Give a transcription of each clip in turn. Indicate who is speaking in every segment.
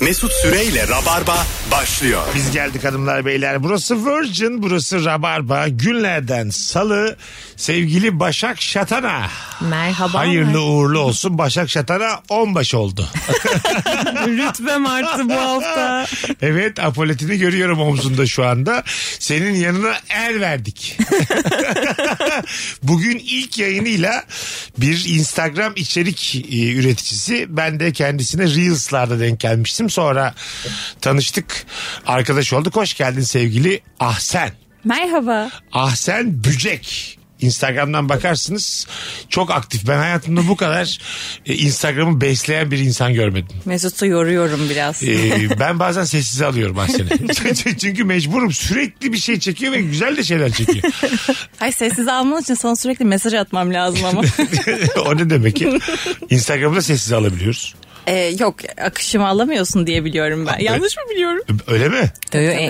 Speaker 1: Mesut Süreyle Rabarba başlıyor.
Speaker 2: Biz geldik hanımlar beyler. Burası Virgin, burası Rabarba. Günlerden salı sevgili Başak Şatana.
Speaker 3: Merhaba.
Speaker 2: Hayırlı uğurlu olsun. Başak Şatana 10 baş oldu.
Speaker 3: Rütbem arttı bu hafta.
Speaker 2: evet apoletini görüyorum omzunda şu anda. Senin yanına el verdik. Bugün ilk yayınıyla bir Instagram içerik e, üreticisi. Ben de kendisine Reels'larda denk gelmiştim. Sonra tanıştık. Arkadaş olduk. Hoş geldin sevgili Ahsen.
Speaker 4: Merhaba.
Speaker 2: Ahsen Bücek. Instagram'dan bakarsınız. Çok aktif. Ben hayatımda bu kadar e, Instagram'ı besleyen bir insan görmedim.
Speaker 4: Mesut'u yoruyorum biraz.
Speaker 2: Ee, ben bazen sessize alıyorum Ahsen'i. Çünkü mecburum. Sürekli bir şey çekiyor ve güzel de şeyler çekiyor.
Speaker 4: Ay sessiz alman için sana sürekli mesaj atmam lazım ama.
Speaker 2: o ne demek ki? Instagram'da sessize alabiliyoruz.
Speaker 4: Ee, yok akışımı alamıyorsun diye biliyorum ben. Yanlış mı biliyorum?
Speaker 2: Öyle mi?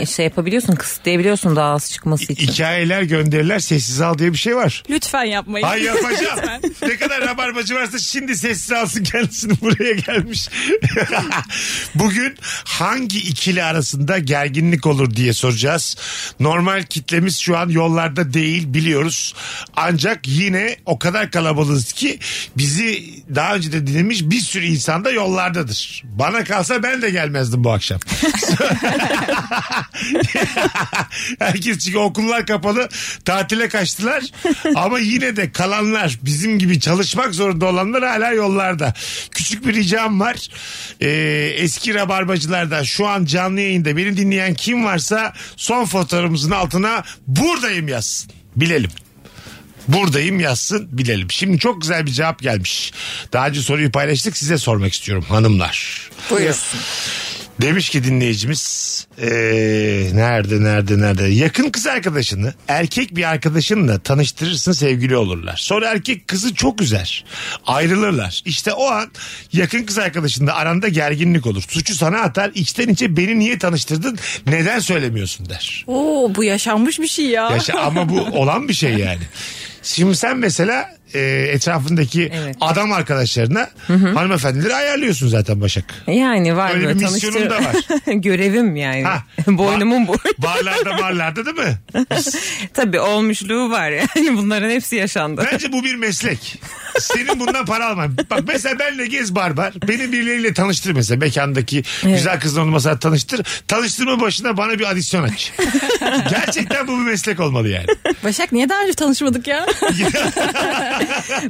Speaker 3: şey yapabiliyorsun kısıtlayabiliyorsun daha az çıkması için.
Speaker 2: Hikayeler gönderiler sessize al diye bir şey var.
Speaker 4: Lütfen yapmayın.
Speaker 2: Ay yapacağım.
Speaker 4: Lütfen.
Speaker 2: ne kadar rabarbacı varsa şimdi sessiz alsın kendisini buraya gelmiş. Bugün hangi ikili arasında gerginlik olur diye soracağız. Normal kitlemiz şu an yollarda değil biliyoruz. Ancak yine o kadar kalabalığız ki bizi daha önce de dinlemiş bir sürü insan da yollardadır. Bana kalsa ben de gelmezdim bu akşam. Herkes çünkü okullar kapalı tatile kaçtılar ama yine de kalanlar bizim gibi çalışmak zorunda olanlar hala yollarda. Küçük bir ricam var Ee, eski rabarbacılardan şu an canlı yayında beni dinleyen kim varsa son fotoğrafımızın altına buradayım yazsın bilelim. Buradayım yazsın bilelim. Şimdi çok güzel bir cevap gelmiş. Daha önce soruyu paylaştık size sormak istiyorum hanımlar.
Speaker 4: Buyursun.
Speaker 2: Demiş ki dinleyicimiz eee, nerede nerede nerede yakın kız arkadaşını erkek bir arkadaşınla tanıştırırsın sevgili olurlar. Sonra erkek kızı çok üzer ayrılırlar. İşte o an yakın kız arkadaşınla aranda gerginlik olur. Suçu sana atar içten içe beni niye tanıştırdın neden söylemiyorsun der.
Speaker 4: Oo, bu yaşanmış bir şey ya.
Speaker 2: Yaşa, ama bu olan bir şey yani. Şimdi sen mesela eee, etrafındaki
Speaker 3: Evet.
Speaker 2: adam arkadaşlarına hanımefendileri ayarlıyorsun zaten Başak.
Speaker 3: Yani var
Speaker 2: Öyle
Speaker 3: mı?
Speaker 2: bir misyonum da
Speaker 3: Görevim yani.
Speaker 2: Ha.
Speaker 3: Boynumun bu.
Speaker 2: Barlarda barlarda değil mi?
Speaker 3: Tabii olmuşluğu var yani bunların hepsi yaşandı.
Speaker 2: Bence bu bir meslek. Senin bundan para alman. Bak mesela benle gez barbar. Beni birileriyle tanıştır mesela. Mekandaki güzel kızla onu mesela tanıştır. Tanıştırma başına bana bir adisyon aç. Gerçekten bu bir meslek olmalı yani.
Speaker 4: Başak niye daha önce tanışmadık ya?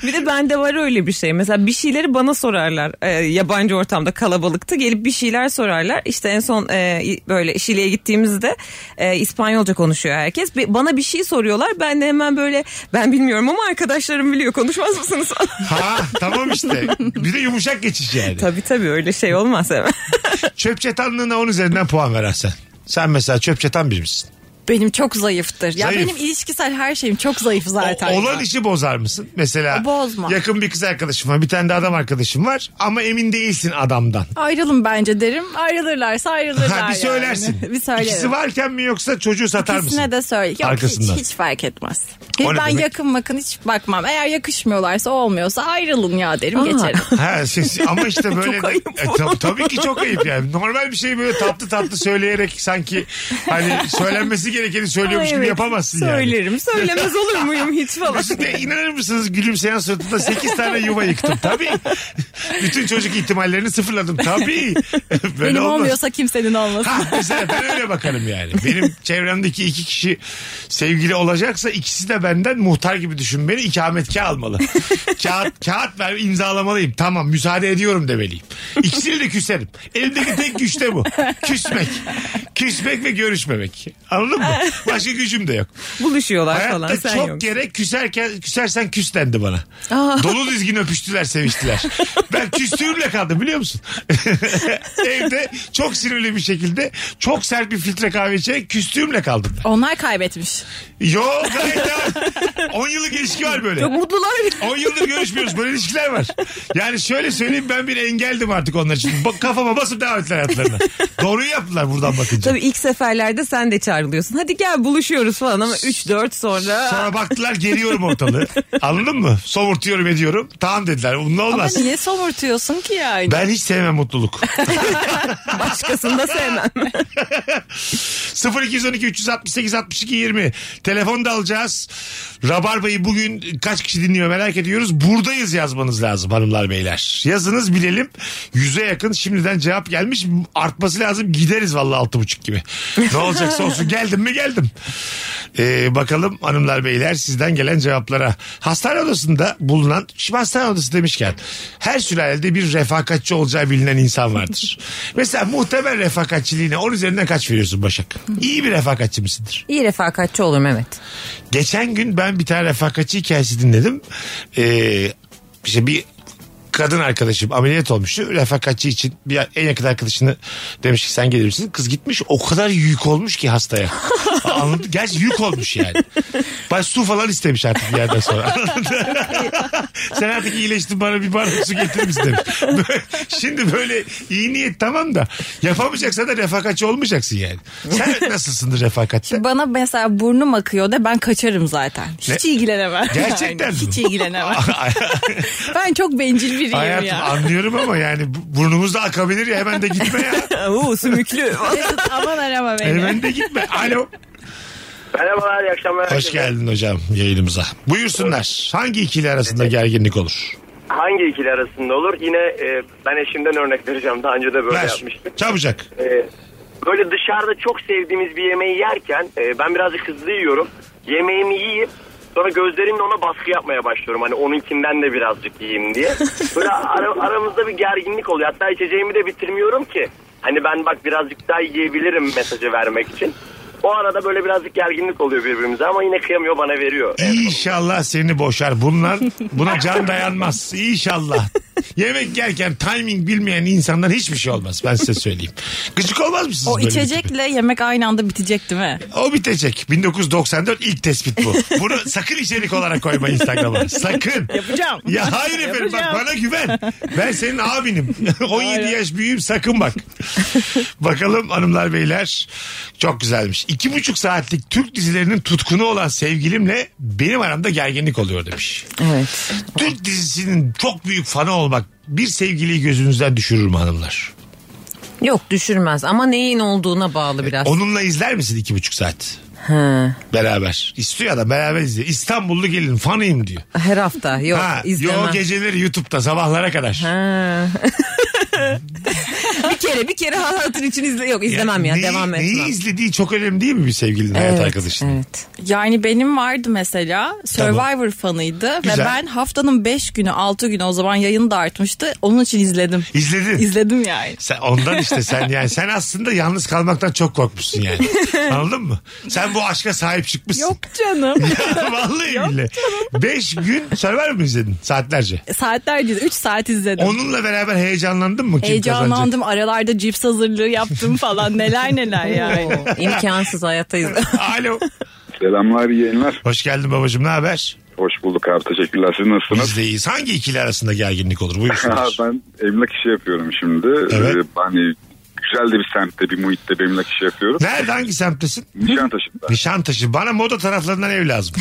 Speaker 3: bir de bende var öyle bir şey. Mesela bir şeyleri bana sorarlar. Ee, yabancı ortamda kalabalıkta gelip bir şeyler sorarlar. İşte en son e, böyle Şile'ye gittiğimizde e, İspanyolca konuşuyor herkes. Bir- Bana bir şey soruyorlar. Ben de hemen böyle ben bilmiyorum ama arkadaşlarım biliyor. Konuşmaz mısınız?
Speaker 2: Ha tamam işte. Bir de yumuşak geçiş yani.
Speaker 3: tabii tabii öyle şey olmaz hemen.
Speaker 2: Çöp çatanlığına 10 üzerinden puan ver Hasan. Sen mesela çöp çatan bir misin?
Speaker 4: benim çok zayıftır. Ya
Speaker 2: Zayıf.
Speaker 4: benim ilişkisel her şeyim çok zayıf zaten.
Speaker 2: O- olan
Speaker 4: ya.
Speaker 2: işi bozar mısın? Mesela
Speaker 4: O bozma.
Speaker 2: yakın bir kız arkadaşım var. Bir tane de adam arkadaşım var. Ama emin değilsin adamdan.
Speaker 4: Ayrılın bence derim. Ayrılırlarsa ayrılırlar.
Speaker 2: Ha, bir
Speaker 4: yani.
Speaker 2: söylersin.
Speaker 4: bir söylerim.
Speaker 2: İkisi varken mi yoksa çocuğu satar mısın?
Speaker 4: İkisine de söyle. Yok
Speaker 2: Arkasından.
Speaker 4: hiç, hiç fark etmez.
Speaker 2: O ne
Speaker 4: ben
Speaker 2: demek?
Speaker 4: yakın bakın hiç bakmam. Eğer yakışmıyorlarsa olmuyorsa ayrılın ya derim geçerim.
Speaker 2: Ha, siz- ama işte böyle
Speaker 3: Çok
Speaker 2: de-
Speaker 3: ayıp
Speaker 2: E, tab- tabii ki çok ayıp yani. Normal bir şeyi böyle tatlı tatlı söyleyerek sanki hani söylenmesi gerekeni söylüyormuş gibi
Speaker 3: Evet,
Speaker 2: yapamazsın yani.
Speaker 3: Söylerim. Söylemez olur muyum hiç falan.
Speaker 2: Mesut Bey inanır mısınız gülümseyen suratımda 8 tane yuva yıktım. Tabii. Bütün çocuk ihtimallerini sıfırladım. Tabii. Böyle
Speaker 4: Benim
Speaker 2: olmaz.
Speaker 4: olmuyorsa kimsenin olmasın.
Speaker 2: Ha, mesela ben öyle bakarım yani. Benim çevremdeki iki kişi sevgili olacaksa ikisi de benden muhtar gibi düşün beni ikametgah almalı. kağıt, kağıt ver imzalamalıyım. Tamam müsaade ediyorum demeliyim. İkisini de küserim. Elimdeki tek güç de bu. Küsmek. Küsmek ve görüşmemek. Anladın mı? mı? Başka gücüm de yok.
Speaker 3: Buluşuyorlar falan
Speaker 2: Hayatta
Speaker 3: sen
Speaker 2: çok
Speaker 3: yok.
Speaker 2: kere küserken, küsersen küs dendi bana. Dolu dizgin öpüştüler seviştiler. ben küstüğümle kaldım biliyor musun? Evde çok sinirli bir şekilde çok sert bir filtre kahve içerek küstüğümle kaldım.
Speaker 4: Onlar kaybetmiş.
Speaker 2: Yo gayet devam. 10 yıllık ilişki var böyle.
Speaker 3: Çok mutlular.
Speaker 2: 10 yıldır görüşmüyoruz. Böyle ilişkiler var. Yani şöyle söyleyeyim ben bir engeldim artık onlar için. Bak, kafama basıp devam ettiler hayatlarına. Doğruyu yaptılar buradan bakınca.
Speaker 3: Tabii ilk seferlerde sen de çağrılıyorsun. Hadi gel buluşuyoruz falan ama 3-4 sonra.
Speaker 2: Sonra baktılar geliyorum ortalığı. Anladın mı? Somurtuyorum ediyorum. Tamam dediler. Bununla
Speaker 4: Ama
Speaker 2: olmaz.
Speaker 4: niye somurtuyorsun ki yani?
Speaker 2: Ben hiç sevmem mutluluk.
Speaker 3: başkasını da sevmem.
Speaker 2: 0212 368 62 20. Telefon da alacağız. Rabarba'yı bugün kaç kişi dinliyor merak ediyoruz. Buradayız yazmanız lazım hanımlar beyler. Yazınız bilelim. Yüze yakın şimdiden cevap gelmiş. Artması lazım. Gideriz vallahi altı buçuk gibi. Ne olacaksa olsun. Geldim mi geldim. Ee, bakalım hanımlar beyler sizden gelen cevaplara. Hastane odasında bulunan, şimdi hastane odası demişken her sülalede bir refakatçi olacağı bilinen insan vardır. Mesela muhtemel refakatçiliğine 10 üzerinden kaç veriyorsun Başak? İyi bir refakatçi misindir?
Speaker 3: İyi refakatçi olurum evet.
Speaker 2: Geçen gün ben bir tane refakatçi hikayesi dinledim. Ee, işte bir kadın arkadaşım ameliyat olmuştu. Refakatçi için bir en yakın arkadaşını demiş ki sen gelir misin? Kız gitmiş o kadar yük olmuş ki hastaya. Anladın? Gerçi yük olmuş yani. Baş su falan istemiş artık bir yerden sonra. Anladın? sen artık iyileştin bana bir bardak su getirir misin demiş. Böyle- Şimdi böyle iyi niyet tamam da yapamayacaksan da refakatçi olmayacaksın yani. Sen nasılsındır refakatte?
Speaker 4: Bana mesela burnum akıyor de ben kaçarım zaten. Hiç
Speaker 2: Ne?
Speaker 4: ilgilenemem.
Speaker 2: Gerçekten
Speaker 4: Yani
Speaker 2: mi?
Speaker 4: Hiç ilgilenemem. ben çok bencil biriyim
Speaker 2: Hayatım
Speaker 4: ya.
Speaker 2: anlıyorum ama yani bu- burnumuzda akabilir ya hemen de gitme ya.
Speaker 3: Oo sümüklü.
Speaker 4: Mesut aman arama beni.
Speaker 2: hemen de gitme. Alo.
Speaker 5: Merhabalar, iyi akşamlar.
Speaker 2: Hoş geldin hocam yayınımıza. Buyursunlar. Hangi ikili arasında gerginlik olur?
Speaker 5: Hangi ikili arasında olur? Yine e, ben eşimden örnek vereceğim. Daha önce de böyle
Speaker 2: Ver.
Speaker 5: yapmıştım.
Speaker 2: Çabucak.
Speaker 5: E, böyle dışarıda çok sevdiğimiz bir yemeği yerken e, ben birazcık hızlı yiyorum. Yemeğimi yiyip sonra gözlerimle ona baskı yapmaya başlıyorum. Hani onunkinden de birazcık yiyeyim diye. Böyle ara- aramızda bir gerginlik oluyor. Hatta içeceğimi de bitirmiyorum ki. Hani ben bak birazcık daha yiyebilirim mesajı vermek için. O arada böyle birazcık gerginlik oluyor birbirimize ama yine kıyamıyor bana veriyor.
Speaker 2: İnşallah seni boşar. Bunlar buna can dayanmaz. İnşallah. Yemek yerken timing bilmeyen insandan hiçbir şey olmaz. Ben size söyleyeyim. Gıcık olmaz mısınız?
Speaker 4: O
Speaker 2: böyle bir
Speaker 4: içecekle yemek aynı anda bitecek değil mi?
Speaker 2: O bitecek. 1994 ilk tespit bu. Bunu sakın içerik olarak koyma Instagram'a. Sakın.
Speaker 4: Yapacağım.
Speaker 2: Ya hayır efendim bak
Speaker 4: Yapacağım.
Speaker 2: bana güven. Ben senin abinim. 17 yaş büyüğüm sakın bak. Bakalım hanımlar beyler. Çok güzelmiş. İki buçuk saatlik Türk dizilerinin tutkunu olan sevgilimle benim aramda gerginlik oluyor demiş.
Speaker 3: evet.
Speaker 2: Türk dizisinin çok büyük fanı olmak bir sevgiliyi gözünüzden düşürür mü hanımlar?
Speaker 3: Yok düşürmez ama neyin olduğuna bağlı biraz.
Speaker 2: Onunla izler misin iki buçuk saat?
Speaker 3: Ha,
Speaker 2: Beraber. İstiyor adam beraber izliyor. İstanbullu gelin fanıyım diyor.
Speaker 3: her hafta yok
Speaker 2: Ha,
Speaker 3: izlemem.
Speaker 2: yo geceleri YouTube'da sabahlara kadar.
Speaker 3: Ha. bir kere bir kere hatır için izle yok izlemem ya,
Speaker 2: neyi-
Speaker 3: devam etmem.
Speaker 2: Neyi izlediği çok önemli değil mi bir sevgilinin hayat arkadaşının?
Speaker 3: Evet.
Speaker 4: Yani benim vardı mesela Survivor fanıydı
Speaker 2: Güzel.
Speaker 4: ve ben haftanın 5 günü 6 günü o zaman yayını da artmıştı. Onun için izledim.
Speaker 2: İzledin.
Speaker 4: İzledim yani.
Speaker 2: Sen, ondan işte sen yani sen aslında yalnız kalmaktan çok korkmuşsun yani. Anladın mı? Sen bu aşka sahip çıkmışsın.
Speaker 4: Yok canım.
Speaker 2: Vallahi billahi. Beş gün Survivor mu izledin saatlerce?
Speaker 4: Saatlerce 3 saat izledim.
Speaker 2: Onunla beraber heyecanlandın mı? Kim kazanacak?
Speaker 4: Heyecanlandım aralarda cips hazırlığı yaptım falan neler neler yani.
Speaker 3: Oo, imkansız hayatta izle.
Speaker 2: Alo.
Speaker 6: Selamlar iyi yayınlar.
Speaker 2: Hoş geldin babacığım ne haber?
Speaker 6: Hoş bulduk abi teşekkürler. Siz
Speaker 2: Biz
Speaker 6: nasılsınız?
Speaker 2: de iyiyiz. Hangi ikili arasında gerginlik olur?
Speaker 6: Ha,
Speaker 2: Buyursunlar.
Speaker 6: ben emlak işi yapıyorum şimdi.
Speaker 2: Evet.
Speaker 6: Ee, hani güzel de bir semtte bir muhitte bir emlak işi yapıyorum.
Speaker 2: Nerede hangi semttesin?
Speaker 6: Nişantaşı'nda.
Speaker 2: Nişantaşı. Bana moda taraflarından ev lazım.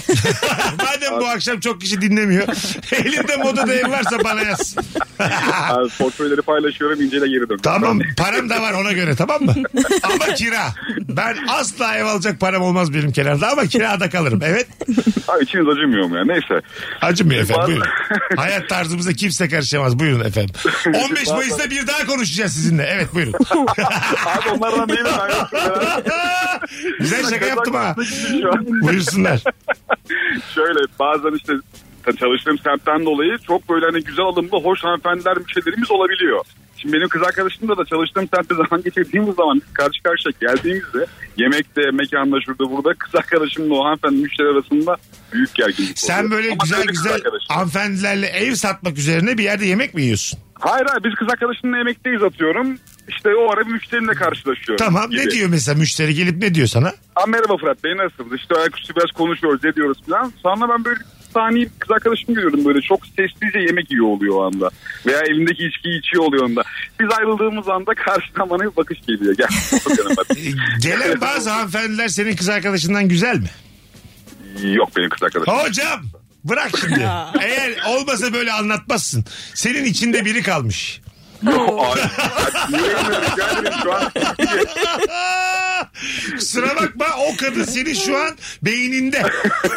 Speaker 2: Madem bu akşam çok kişi dinlemiyor. Elinde modada ev varsa bana yaz.
Speaker 6: Abi, portföyleri paylaşıyorum inceyle geri dönüyorum.
Speaker 2: tamam
Speaker 6: Ben-
Speaker 2: param da var ona göre tamam mı? ama kira. Ben asla ev alacak param olmaz benim kenarda ama kirada kalırım. Evet.
Speaker 6: Abi içiniz acımıyor mu ya? Neyse.
Speaker 2: Acımıyor efendim
Speaker 6: Bazı-
Speaker 2: buyurun. Hayat tarzımıza kimse karışamaz. Buyurun efendim. 15 Mayıs'ta bir daha konuşacağız sizinle. Evet buyurun.
Speaker 6: Abi onlardan değilim ben. yoktum ya.
Speaker 2: Güzel şaka yaptım ha.
Speaker 6: Şu an
Speaker 2: Buyursunlar.
Speaker 6: Şöyle bazen işte çalıştığım semtten dolayı çok böyle hani güzel alımlı hoş hanımefendiler müşterilerimiz olabiliyor. Şimdi benim kız arkadaşımla da çalıştığım semtte zaman geçirdiğimiz zaman biz karşı karşıya geldiğimizde yemekte, mekanda, şurada, burada kız arkadaşımla o hanımefendi müşteri arasında büyük gerginlik
Speaker 2: Sen
Speaker 6: oluyor.
Speaker 2: böyle
Speaker 6: Ama
Speaker 2: güzel
Speaker 6: tabii kız
Speaker 2: güzel
Speaker 6: arkadaşım.
Speaker 2: hanımefendilerle ev satmak üzerine bir yerde yemek mi yiyorsun?
Speaker 6: Hayır hayır biz kız arkadaşımla yemekteyiz atıyorum. İşte o ara bir müşterimle karşılaşıyorum.
Speaker 2: Tamam ne
Speaker 6: gibi.
Speaker 2: diyor mesela müşteri gelip ne diyor sana?
Speaker 6: Aa, merhaba Fırat Bey nasılsınız? İşte ayaküstü biraz konuşuyoruz ediyoruz falan. Sonra ben böyle bir saniye kız arkadaşımı görüyorum böyle çok sessizce yemek yiyor oluyor o anda. Veya elindeki içkiyi içiyor oluyor onda. Biz ayrıldığımız anda karşıdan bana bir bakış geliyor. Gel bakalım bak.
Speaker 2: E, Gelen bazı hanımefendiler senin kız arkadaşından güzel mi?
Speaker 6: Yok benim kız arkadaşım.
Speaker 2: Hocam bırak şimdi. Eğer olmasa böyle anlatmazsın. Senin içinde biri kalmış.
Speaker 6: Yok abi. Bak, yürüyemiyorum, gelmedim şu an.
Speaker 2: Kusura bakma o kadın senin şu an beyninde.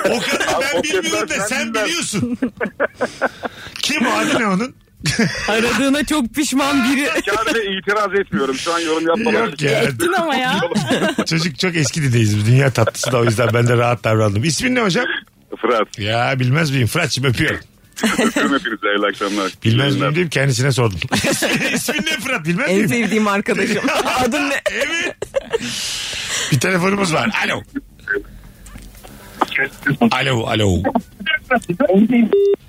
Speaker 2: O kadını ben
Speaker 6: o
Speaker 2: bilmiyorum
Speaker 6: kadar
Speaker 2: da sen
Speaker 6: ben-
Speaker 2: biliyorsun. Kim o adı ne onun?
Speaker 3: Aradığına çok pişman biri.
Speaker 6: Kendime itiraz etmiyorum. Şu an yorum yapmamak
Speaker 2: Yok ya.
Speaker 4: Ettin ama ya.
Speaker 2: Çocuk çok eski dideyiz. biz. Dünya tatlısı da o yüzden ben de rahat davrandım. İsmin ne hocam?
Speaker 6: Fırat.
Speaker 2: Ya bilmez miyim? Fırat'cığım öpüyorum.
Speaker 6: Öpüyorum hepinizi. Hayırlı akşamlar.
Speaker 2: Bilmez miyim deyip kendisine sordum. İsmin ne Fırat bilmez
Speaker 3: en
Speaker 2: miyim?
Speaker 3: sevdiğim arkadaşım. Adın ne?
Speaker 2: Evet. Bir telefonumuz var. Alo. Alo, alo.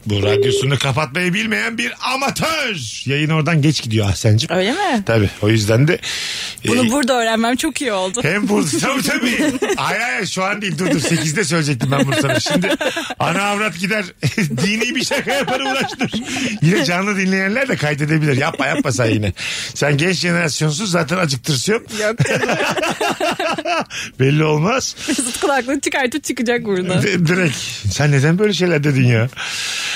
Speaker 2: Bu radyosunu kapatmayı bilmeyen bir amatör. Yayın oradan geç gidiyor Ahsen'cim.
Speaker 4: Öyle mi?
Speaker 2: Tabii o yüzden de...
Speaker 4: Bunu
Speaker 2: e,
Speaker 4: burada öğrenmem çok iyi oldu.
Speaker 2: Hem Bursa tabii tabii. Hayır hayır şu an değil dur dur 8'de söyleyecektim ben Bursa'nı. Şimdi ana avrat gider dini bir şaka yapar uğraştır. Yine canlı dinleyenler de kaydedebilir. Yapma yapma sen yine. Sen genç jenerasyonsun zaten acıktırsıyorsun.
Speaker 4: Yok
Speaker 2: Belli olmaz.
Speaker 4: Mesut kulaklığı çıkartıp çıkacak burada.
Speaker 2: D- direkt. Sen neden böyle şeyler dedin ya?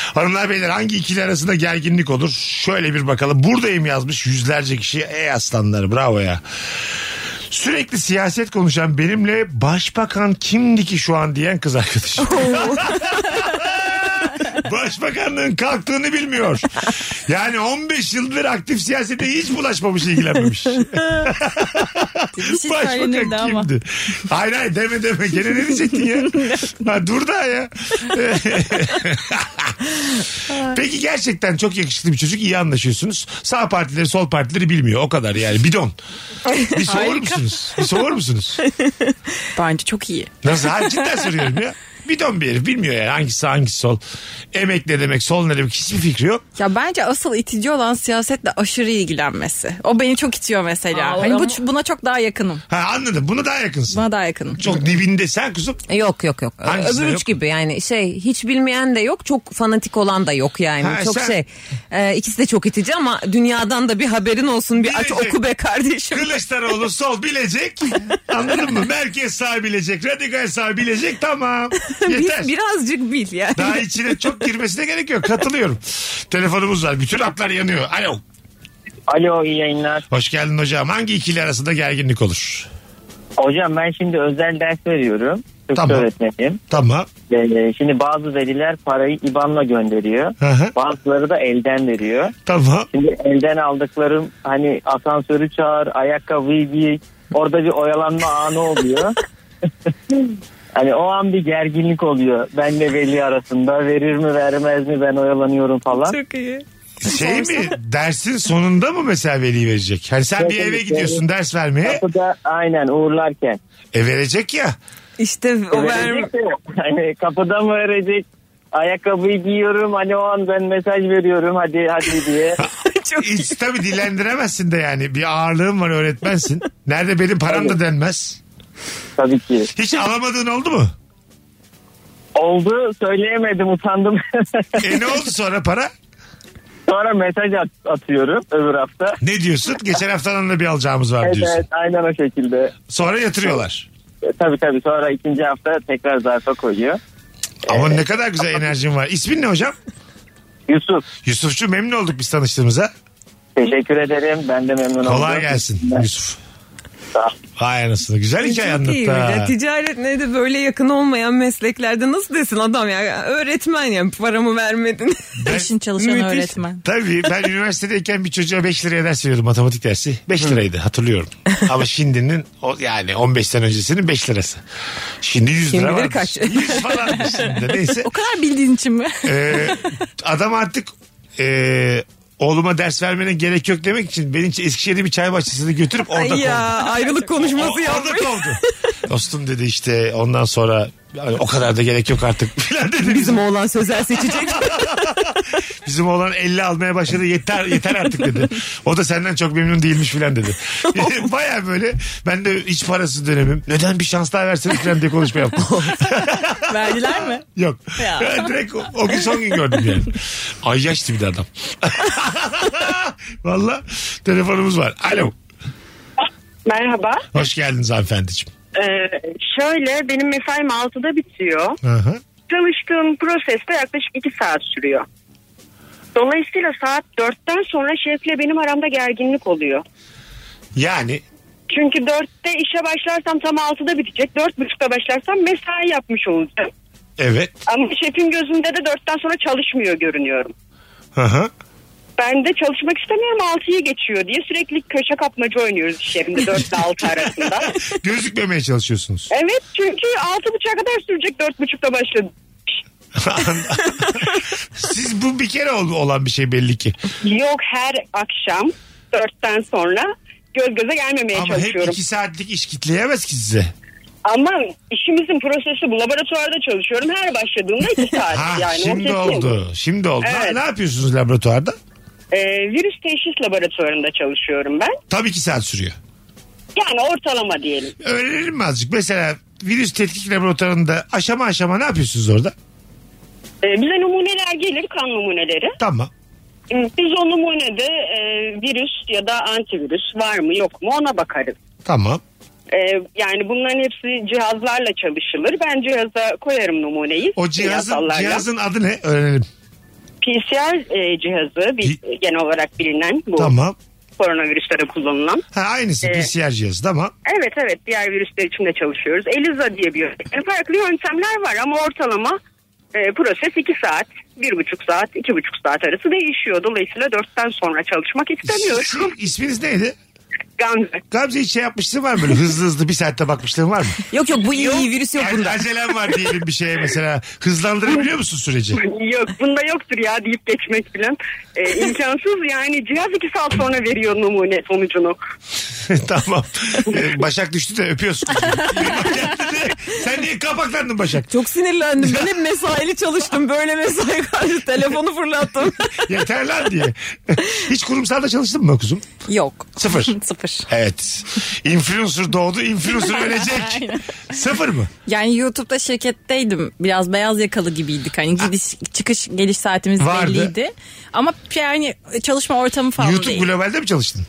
Speaker 2: Hanımlar beyler hangi ikili arasında gerginlik olur? Şöyle bir bakalım. Buradayım yazmış yüzlerce kişi. Ey aslanlar bravo ya. Sürekli siyaset konuşan benimle başbakan kimdi ki şu an diyen kız arkadaşım. Başbakanlığın kalktığını bilmiyor. Yani 15 yıldır aktif siyasete hiç bulaşmamış, ilgilenmemiş.
Speaker 4: Bir şey
Speaker 2: Başbakan
Speaker 4: söylenirdi
Speaker 2: kimdi?
Speaker 4: ama.
Speaker 2: Hayır hayır deme deme. Gene ne diyecektin ya? ha, dur daha ya. Peki gerçekten çok yakışıklı bir çocuk. iyi anlaşıyorsunuz. Sağ partileri sol partileri bilmiyor. O kadar yani. Bidon. Bir soğur musunuz? Bir soğur musunuz?
Speaker 4: Bence çok iyi.
Speaker 2: Nasıl? Ha, cidden soruyorum ya. Bidon bir herif. Bilmiyor yani hangisi sağ, hangisi sol. Emek ne demek sol ne demek hiçbir fikri yok.
Speaker 4: Ya bence asıl itici olan siyasetle aşırı ilgilenmesi. O beni çok itiyor mesela.
Speaker 3: Aa,
Speaker 4: hani
Speaker 3: ama-
Speaker 4: bu, buna çok daha yakınım.
Speaker 2: Ha anladım. Buna daha yakınsın.
Speaker 4: Buna daha yakınım.
Speaker 2: Çok dibinde sen kuzum.
Speaker 7: Yok yok yok.
Speaker 2: Hangisinde
Speaker 7: Öbür
Speaker 2: yok?
Speaker 7: üç gibi yani şey hiç bilmeyen de yok çok fanatik olan da yok yani.
Speaker 2: Ha,
Speaker 7: çok
Speaker 2: sen-
Speaker 7: şey e, ikisi de çok itici ama dünyadan da bir haberin olsun bir aç
Speaker 2: Bilecek.
Speaker 7: oku be kardeşim.
Speaker 2: Kılıçdaroğlu sol bilecek. Anladın mı? Merkez sağ bilecek. Radikal sağ bilecek. Tamam. Yeter.
Speaker 7: Bir- birazcık bil yani.
Speaker 2: Daha içine çok girmesine gerek yok. Katılıyorum. Telefonumuz var. Bütün hatlar yanıyor. Alo.
Speaker 8: Alo iyi yayınlar.
Speaker 2: Hoş geldin hocam. Hangi ikili arasında gerginlik olur?
Speaker 8: Hocam ben şimdi özel ders veriyorum. Türkçe
Speaker 2: Tamam.
Speaker 8: öğretmeniyim.
Speaker 2: Tamam.
Speaker 8: Ee, şimdi bazı veliler parayı IBAN'la gönderiyor.
Speaker 2: Hı hı.
Speaker 8: Bazıları da elden veriyor.
Speaker 2: Tamam.
Speaker 8: Şimdi elden aldıklarım hani asansörü çağır, ayakkabıyı giy. Orada bir oyalanma anı oluyor. hani o an bir gerginlik oluyor. Benle veli arasında verir mi vermez mi ben oyalanıyorum falan.
Speaker 4: Çok iyi.
Speaker 2: Şey mi? Dersin sonunda mı mesela veli verecek? Hani sen bir
Speaker 8: Evet,
Speaker 2: eve
Speaker 8: evet,
Speaker 2: gidiyorsun
Speaker 8: evet.
Speaker 2: ders vermeye.
Speaker 8: Kapıda aynen uğurlarken.
Speaker 2: E verecek ya.
Speaker 3: İşte o ver...
Speaker 8: Verecek de, hani kapıda mı verecek? Ayakkabıyı giyiyorum hani o an ben mesaj veriyorum hadi hadi diye.
Speaker 2: Hiç tabii dilendiremezsin de yani. Bir ağırlığın var öğretmensin. Nerede benim param da denmez.
Speaker 8: Tabii ki.
Speaker 2: Hiç alamadığın oldu mu?
Speaker 8: Oldu söyleyemedim utandım.
Speaker 2: E ne oldu sonra para?
Speaker 8: Sonra mesaj at- atıyorum öbür hafta.
Speaker 2: Ne diyorsun? Geçen haftanın da bir alacağımız var
Speaker 8: Evet,
Speaker 2: diyorsun.
Speaker 8: evet aynen o şekilde.
Speaker 2: Sonra yatırıyorlar.
Speaker 8: E, tabii tabii sonra ikinci hafta tekrar zarfa koyuyor.
Speaker 2: Ama ne kadar güzel enerjin var. İsmin ne hocam?
Speaker 8: Yusuf
Speaker 2: Yusufçu memnun olduk biz tanıştığımıza.
Speaker 8: teşekkür ederim ben de memnun oldum.
Speaker 2: Kolay gelsin Yusuf.
Speaker 8: Sağ ol.
Speaker 2: Vay anasını. Güzel hikaye
Speaker 3: Çok iyi.
Speaker 2: şey anlattı. ha.
Speaker 3: Ya, Ticaret ne de böyle yakın olmayan mesleklerde nasıl desin adam ya öğretmen ya paramı vermedin.
Speaker 4: Eşin çalışan
Speaker 3: Müthiş.
Speaker 4: öğretmen.
Speaker 2: Tabii ben üniversitedeyken bir çocuğa 5 liraya ders veriyordum matematik dersi. 5 liraydı hatırlıyorum. Ama şimdinin o, yani 15 sene öncesinin 5 lirası. Şimdi 100
Speaker 3: Kim
Speaker 2: lira
Speaker 3: bilir
Speaker 2: varmış.
Speaker 3: kaç.
Speaker 2: 100 falanmış şimdi. Neyse.
Speaker 4: O kadar bildiğin için mi?
Speaker 2: Ee, adam artık Ee, e, oğluma ders vermene gerek yok demek için beni Eskişehir'de bir çay bahçesine götürüp orada
Speaker 3: Ay ya
Speaker 2: kovdu.
Speaker 3: ayrılık
Speaker 2: O-
Speaker 3: konuşması
Speaker 2: orada
Speaker 3: yapmış.
Speaker 2: kovdu. Dostum dedi işte ondan sonra "Yani o kadar da gerek yok artık filan dedi.
Speaker 3: Bizim oğlan sözel seçecek.
Speaker 2: Bizim oğlan 50 almaya başladı yeter yeter artık dedi. O da senden çok memnun değilmiş filan dedi. Baya böyle ben de hiç parasız dönemim. Neden bir şans daha verseniz filan diye konuşma yaptım.
Speaker 4: Verdiler mi?
Speaker 2: Yok.
Speaker 4: Ya.
Speaker 2: Direkt o, o gün son gün gördüm yani. Ay yaşlı bir de adam. Valla telefonumuz var. Alo.
Speaker 9: Merhaba.
Speaker 2: Hoş geldiniz hanımefendiciğim.
Speaker 9: Ee, şöyle benim mesaim 6'da bitiyor.
Speaker 2: Hı hı.
Speaker 9: Çalıştığım proseste yaklaşık 2 saat sürüyor. Dolayısıyla saat 4'ten sonra şefle benim aramda gerginlik oluyor.
Speaker 2: Yani
Speaker 9: Çünkü 4'te işe başlarsam tam 6'da bitecek. 4.30'da başlarsam mesai yapmış olacağım.
Speaker 2: evet.
Speaker 9: Ama şefin gözünde de 4'ten sonra çalışmıyor görünüyorum.
Speaker 2: Hı hı.
Speaker 9: Ben de çalışmak istemiyorum 6'yı geçiyor diye sürekli köşe kapmaca oynuyoruz iş yerinde 4 ile 6 arasında.
Speaker 2: Gözükmemeye çalışıyorsunuz.
Speaker 9: Evet çünkü 6.30'a kadar sürecek 4.30'da başladı.
Speaker 2: Siz bu bir kere ol- olan bir şey belli ki.
Speaker 9: Yok her akşam dörtten sonra göz göze gelmemeye
Speaker 2: Ama hep
Speaker 9: çalışıyorum.
Speaker 2: iki saatlik iş kitleyemez ki size.
Speaker 9: Ama işimizin prosesi bu. Laboratuvarda çalışıyorum. Her başladığımda iki saat.
Speaker 2: Ha
Speaker 9: yani o
Speaker 2: şimdi
Speaker 9: kesin.
Speaker 2: oldu. Şimdi oldu. Ha,
Speaker 9: Evet.
Speaker 2: ne yapıyorsunuz laboratuvarda?
Speaker 9: Ee, virüs teşhis laboratuvarında çalışıyorum ben.
Speaker 2: Tabii iki saat sürüyor.
Speaker 9: Yani ortalama diyelim.
Speaker 2: Öğrenelim mi azıcık? Mesela virüs tetkik laboratuvarında aşama aşama ne yapıyorsunuz orada?
Speaker 9: Ee, bize numuneler gelir kan numuneleri. E,
Speaker 2: Tamam.
Speaker 9: Biz o numunede e, virüs ya da antivirüs var mı yok mu ona bakarız.
Speaker 2: Tamam.
Speaker 9: Ee, yani bunların hepsi cihazlarla çalışılır. Ben cihaza koyarım numuneyi.
Speaker 2: O cihazın,
Speaker 9: kimyasallarla.
Speaker 2: cihazın adı ne? Öğrenelim.
Speaker 9: PCR e, cihazı bir,
Speaker 2: Pi-
Speaker 9: genel olarak bilinen bu
Speaker 2: Tamam.
Speaker 9: koronavirüslere kullanılan.
Speaker 2: Ha, aynısı
Speaker 9: Evet.
Speaker 2: PCR cihazı. Tamam.
Speaker 9: Evet evet diğer virüsler için de çalışıyoruz. ELISA diye bir yöntem. E, Farklı yöntemler var ama ortalama e, proses 2 saat, 1,5 saat, 2,5 saat arası değişiyor. Dolayısıyla 4'ten sonra çalışmak istemiyorum.
Speaker 2: Sizin isminiz neydi?
Speaker 9: Gamze.
Speaker 2: Gamze hiç şey yapmışlığın var mı? Böyle hızlı hızlı bir saatte bakmışlığın var mı?
Speaker 7: Yok yok bu iyi virüs yok
Speaker 2: Yani
Speaker 7: bunda.
Speaker 2: acelem var diyelim bir şeye mesela. Hızlandırabiliyor musun süreci?
Speaker 9: Yok bunda yoktur ya deyip geçmek bilen. E, imkansız yani cihaz 2 saat sonra veriyor numune sonucunu.
Speaker 2: tamam. Ee, Başak düştü de öpüyorsun. Sen niye kapaklandın Başak?
Speaker 7: Çok sinirlendim. Ben hep mesaili çalıştım. Böyle mesai karşı telefonu fırlattım.
Speaker 2: Yeter lan diye. Hiç kurumsalda çalıştın mı kuzum?
Speaker 4: Yok.
Speaker 2: Sıfır.
Speaker 4: Sıfır.
Speaker 2: Evet. Influencer doğdu, influencer ölecek. Sıfır mı?
Speaker 4: Yani YouTube'da şirketteydim. Biraz beyaz yakalı gibiydik. Hani gidiş, çıkış geliş saatimiz
Speaker 2: Vardı.
Speaker 4: belliydi. Ama yani çalışma ortamı falan
Speaker 2: YouTube
Speaker 4: değil.
Speaker 2: Global'de mi çalıştın?